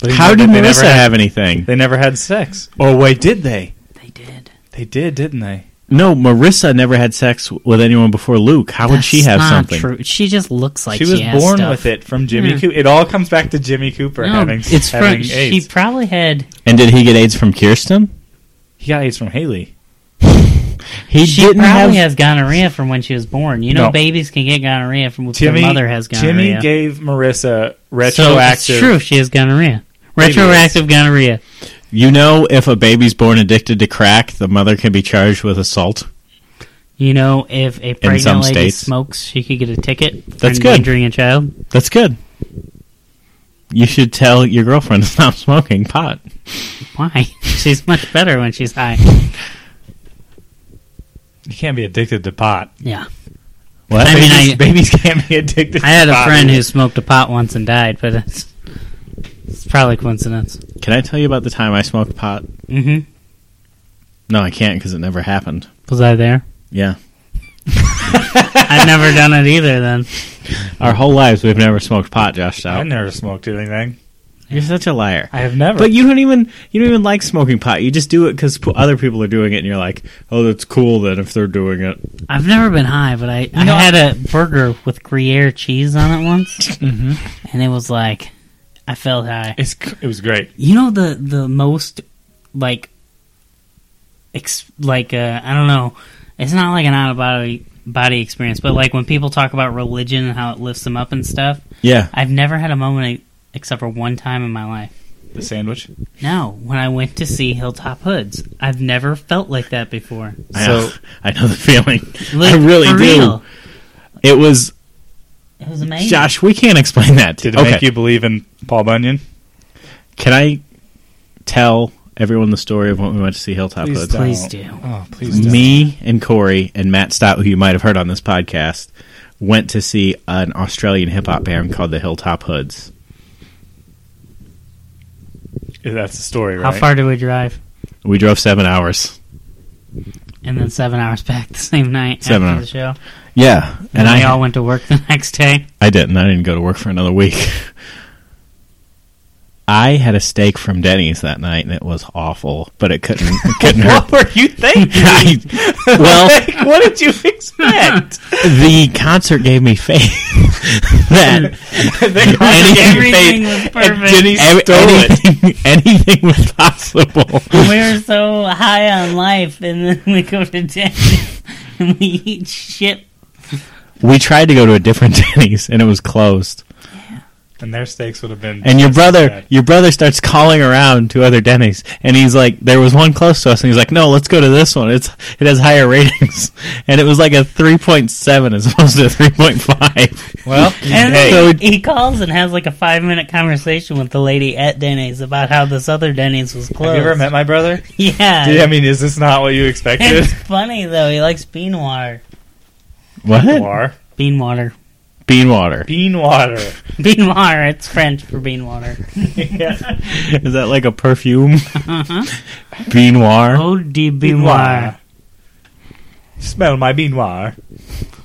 Speaker 1: but he
Speaker 4: How
Speaker 1: never-
Speaker 4: did
Speaker 1: they
Speaker 4: Marissa
Speaker 1: Never had,
Speaker 4: have anything?
Speaker 1: they never had sex. Oh wait, did they?
Speaker 3: They did.
Speaker 1: They did, didn't they?
Speaker 4: No, Marissa never had sex with anyone before Luke. How would she
Speaker 3: That's
Speaker 4: have
Speaker 3: not
Speaker 4: something?
Speaker 3: True. She just looks like
Speaker 1: she was
Speaker 3: has
Speaker 1: born
Speaker 3: stuff.
Speaker 1: with it from Jimmy.
Speaker 3: Yeah.
Speaker 1: Coo- it all comes back to Jimmy Cooper
Speaker 3: No,
Speaker 1: having
Speaker 3: it's from-
Speaker 1: having
Speaker 3: she
Speaker 1: AIDS.
Speaker 3: probably had.
Speaker 4: And did he get AIDS from Kirsten?
Speaker 1: he got AIDS from Haley.
Speaker 4: He
Speaker 3: She
Speaker 4: didn't
Speaker 3: probably
Speaker 4: have.
Speaker 3: has gonorrhea from when she was born. You know,
Speaker 1: No.
Speaker 3: babies can get gonorrhea from if
Speaker 1: Jimmy
Speaker 3: their mother has gonorrhea.
Speaker 1: Jimmy gave Marissa
Speaker 3: So
Speaker 1: retroactive.
Speaker 3: it's true, she has gonorrhea.
Speaker 1: Babies.
Speaker 3: Retroactive gonorrhea.
Speaker 4: you know, if a baby's born addicted to crack, the mother can be charged with assault.
Speaker 3: You know, if a
Speaker 4: some
Speaker 3: pregnant lady
Speaker 4: states.
Speaker 3: smokes, she could get a ticket for
Speaker 4: That's good.
Speaker 3: endangering a child.
Speaker 4: That's good. You should tell your girlfriend to stop smoking pot.
Speaker 3: Why? *laughs* she's much better when she's high.
Speaker 1: You can't be addicted to pot. *laughs*
Speaker 3: Yeah.
Speaker 4: What?
Speaker 3: I mean,
Speaker 1: babies,
Speaker 3: I-
Speaker 1: babies can't be addicted.
Speaker 3: I had
Speaker 1: to
Speaker 3: a
Speaker 1: pot.
Speaker 3: friend who smoked a pot once and died, but it's, it's probably coincidence.
Speaker 4: Can I tell you about the time I smoked pot?
Speaker 3: hmm
Speaker 1: Mm-hmm.
Speaker 4: No, I can't because it never happened.
Speaker 3: Was I there?
Speaker 4: Yeah.
Speaker 3: I've never done it either then.
Speaker 4: Our whole lives we've never smoked pot, Josh.
Speaker 1: I
Speaker 4: Stout.
Speaker 1: never smoked anything.
Speaker 4: You're such a liar.
Speaker 1: I have never.
Speaker 4: But you don't even you don't even like smoking pot. You just do it because other people are doing it, and you're like, oh, that's cool. Then if they're doing it,
Speaker 3: I've never been high, but I, I
Speaker 1: know,
Speaker 3: had a burger with Gruyere cheese on it once,
Speaker 1: Mhm.
Speaker 3: and it was like I felt high.
Speaker 1: it's, it was great.
Speaker 3: You know the the most like ex, like uh, I don't know. It's not like an out of body body experience, but like when people talk about religion and how it lifts them up and stuff.
Speaker 4: yeah,
Speaker 3: I've never had a moment except for one time in my life.
Speaker 1: The sandwich.
Speaker 3: No, when I went to see Hilltop Hoods, I've never felt like that before.
Speaker 4: I know, *laughs* I know the feeling.
Speaker 3: Like,
Speaker 4: I really
Speaker 3: for
Speaker 4: do.
Speaker 3: real.
Speaker 4: It was
Speaker 3: It was amazing.
Speaker 4: Josh. We can't explain that.
Speaker 1: Did it
Speaker 4: okay,
Speaker 1: make you believe in Paul Bunyan?
Speaker 4: can I tell everyone the story of when we went to see Hilltop Hoods?
Speaker 3: don't. Please do.
Speaker 1: Oh, please do.
Speaker 4: Me and Corey and Matt Stott, who you might have heard on this podcast, went to see an Australian hip hop band called the Hilltop Hoods.
Speaker 1: That's the story,
Speaker 3: How
Speaker 1: right?
Speaker 3: far do we drive?
Speaker 4: We drove seven hours.
Speaker 3: And then seven hours back the same night
Speaker 4: Seven
Speaker 3: after
Speaker 4: hours.
Speaker 3: the show.
Speaker 4: Yeah,
Speaker 3: And, I all went to work the next day.
Speaker 4: I didn't. I didn't go to work for another week. *laughs* I had a steak from Denny's that night, and it was awful. But it couldn't it couldn't hurt.
Speaker 1: What
Speaker 3: *laughs*
Speaker 1: were you thinking?
Speaker 4: I- well,
Speaker 1: *laughs* Like, *laughs* what did you expect?
Speaker 4: the concert gave me faith *laughs* that
Speaker 1: They got
Speaker 4: Anything-
Speaker 1: Gary
Speaker 3: Everything
Speaker 1: Faith
Speaker 3: was
Speaker 1: and
Speaker 3: perfect.
Speaker 1: Denny
Speaker 4: ev-
Speaker 1: stole it.
Speaker 4: anything, *laughs* anything was possible.
Speaker 3: *laughs* we were so high on life, and then we go to Denny's *laughs* and we eat shit.
Speaker 4: *laughs* We tried to go to a different Denny's, and it was closed.
Speaker 1: and their steaks would have been.
Speaker 4: And your
Speaker 1: just
Speaker 4: brother,
Speaker 1: as bad.
Speaker 4: your brother starts calling around to other Denny's, and he's like, "There was one close to us," and he's like, "No, let's go to this one. It's it has higher *laughs* ratings." And it was like a three point seven as opposed to a three point five. *laughs*
Speaker 1: Well,
Speaker 3: And
Speaker 1: hey,
Speaker 4: So-
Speaker 3: he, he calls and has like a five minute conversation with the lady at Denny's about how this other Denny's was closed.
Speaker 1: have you ever met my brother?
Speaker 3: *laughs* Yeah.
Speaker 1: Dude, I mean, is this not what you expected? *laughs*
Speaker 3: it's funny though. He likes bean water.
Speaker 4: What
Speaker 1: Noir.
Speaker 3: Bean water. *laughs*
Speaker 4: bean water?
Speaker 1: Bean water.
Speaker 3: Bean water. It's French for bean water.
Speaker 1: *laughs* yeah.
Speaker 4: Is that like
Speaker 3: *laughs*
Speaker 4: a perfume?
Speaker 3: Uh-huh.
Speaker 4: Bean noir.
Speaker 3: Oh, de bean
Speaker 1: Bean
Speaker 3: water.
Speaker 1: water. Smell my bean noir.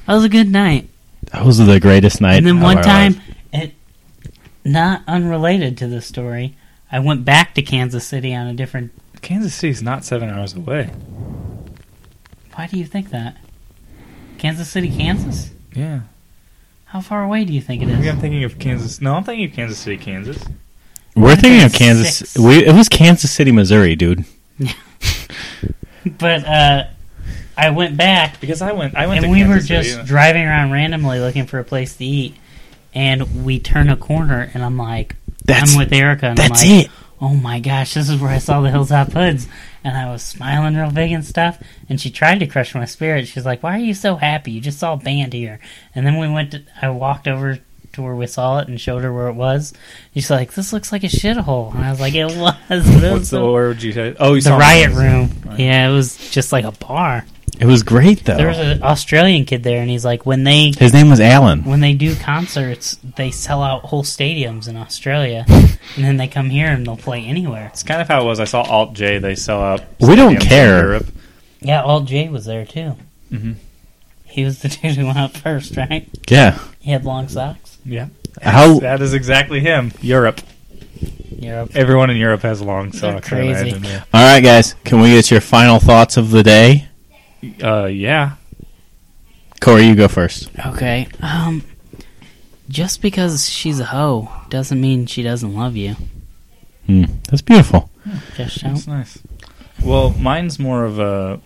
Speaker 3: That was a good night.
Speaker 4: That was the greatest night.
Speaker 3: And then
Speaker 4: of
Speaker 3: one
Speaker 4: our
Speaker 3: time,
Speaker 4: lives.
Speaker 3: it, not unrelated to the story, I went back to Kansas City on a different.
Speaker 1: Kansas City's not seven hours away.
Speaker 3: Why do you think that? Kansas City, Kansas?
Speaker 1: Yeah.
Speaker 3: How far away do you think it
Speaker 1: Maybe
Speaker 3: is?
Speaker 1: I'm thinking of Kansas. No, I'm thinking of Kansas City, Kansas.
Speaker 4: we're thinking of Kansas.
Speaker 3: six.
Speaker 4: We, it was Kansas City, Missouri, dude.
Speaker 3: But uh, I went back
Speaker 1: Because I went. I went.
Speaker 3: and
Speaker 1: to
Speaker 3: we
Speaker 1: Kansas
Speaker 3: were
Speaker 1: City,
Speaker 3: just
Speaker 1: and-
Speaker 3: driving around randomly looking for a place to eat and we turn a corner and i'm like
Speaker 4: That's
Speaker 3: i'm with erica and
Speaker 4: that's
Speaker 3: i'm like
Speaker 4: it.
Speaker 3: oh my gosh this is where i saw the hilltop hoods and i was smiling real big and stuff and she tried to crush my spirit she's like why are you so happy you just saw a band here and then we went to i walked over to where we saw it and showed her where it was she's like this looks like a shithole and i was like it *laughs* was It was
Speaker 1: What's the word you say? Oh, you
Speaker 3: the
Speaker 1: saw
Speaker 3: riot
Speaker 1: me.
Speaker 3: room
Speaker 1: Right.
Speaker 3: yeah it was just like a bar
Speaker 4: It was great though.
Speaker 3: there was an Australian kid there, and he's like, when they
Speaker 4: His name was Alan.
Speaker 3: when they do concerts, they sell out whole stadiums in Australia, and then they come here and they'll play anywhere.
Speaker 1: It's kind of how it was. I saw Alt J. They sell out.
Speaker 4: We don't
Speaker 1: stadiums in
Speaker 4: care.
Speaker 1: Europe.
Speaker 3: Yeah, Alt J was there too.
Speaker 1: Mhm.
Speaker 3: He was the *laughs* dude who went up first, right?
Speaker 4: Yeah.
Speaker 3: He had long socks.
Speaker 1: Yeah.
Speaker 4: How
Speaker 1: That is exactly him. Europe.
Speaker 3: Europe.
Speaker 1: Everyone in Europe has long
Speaker 3: They're
Speaker 1: socks. I
Speaker 3: crazy.
Speaker 1: imagine, yeah.
Speaker 4: All right, guys. Can we get your final thoughts of the day?
Speaker 1: Uh, yeah.
Speaker 4: Corey, you go first.
Speaker 3: Okay. Um, just because she's a hoe doesn't mean she doesn't love you.
Speaker 4: Hmm. That's beautiful.
Speaker 3: Just
Speaker 1: That's nice. Well, mine's more of a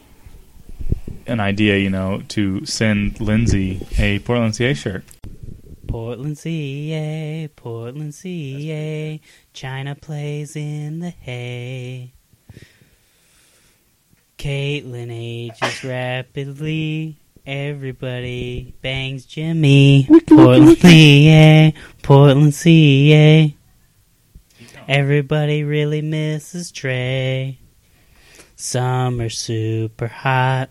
Speaker 1: an idea, you know, to send Lindsay a Portland CA shirt.
Speaker 3: Portland CA, Portland CA, China plays in the hay. Caitlin ages rapidly. Everybody bangs Jimmy. Portland CA, Portland CA. Everybody really misses Trey. Summer super hot.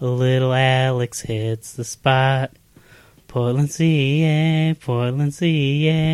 Speaker 3: Little Alex hits the spot. Portland, CA, Portland, CA.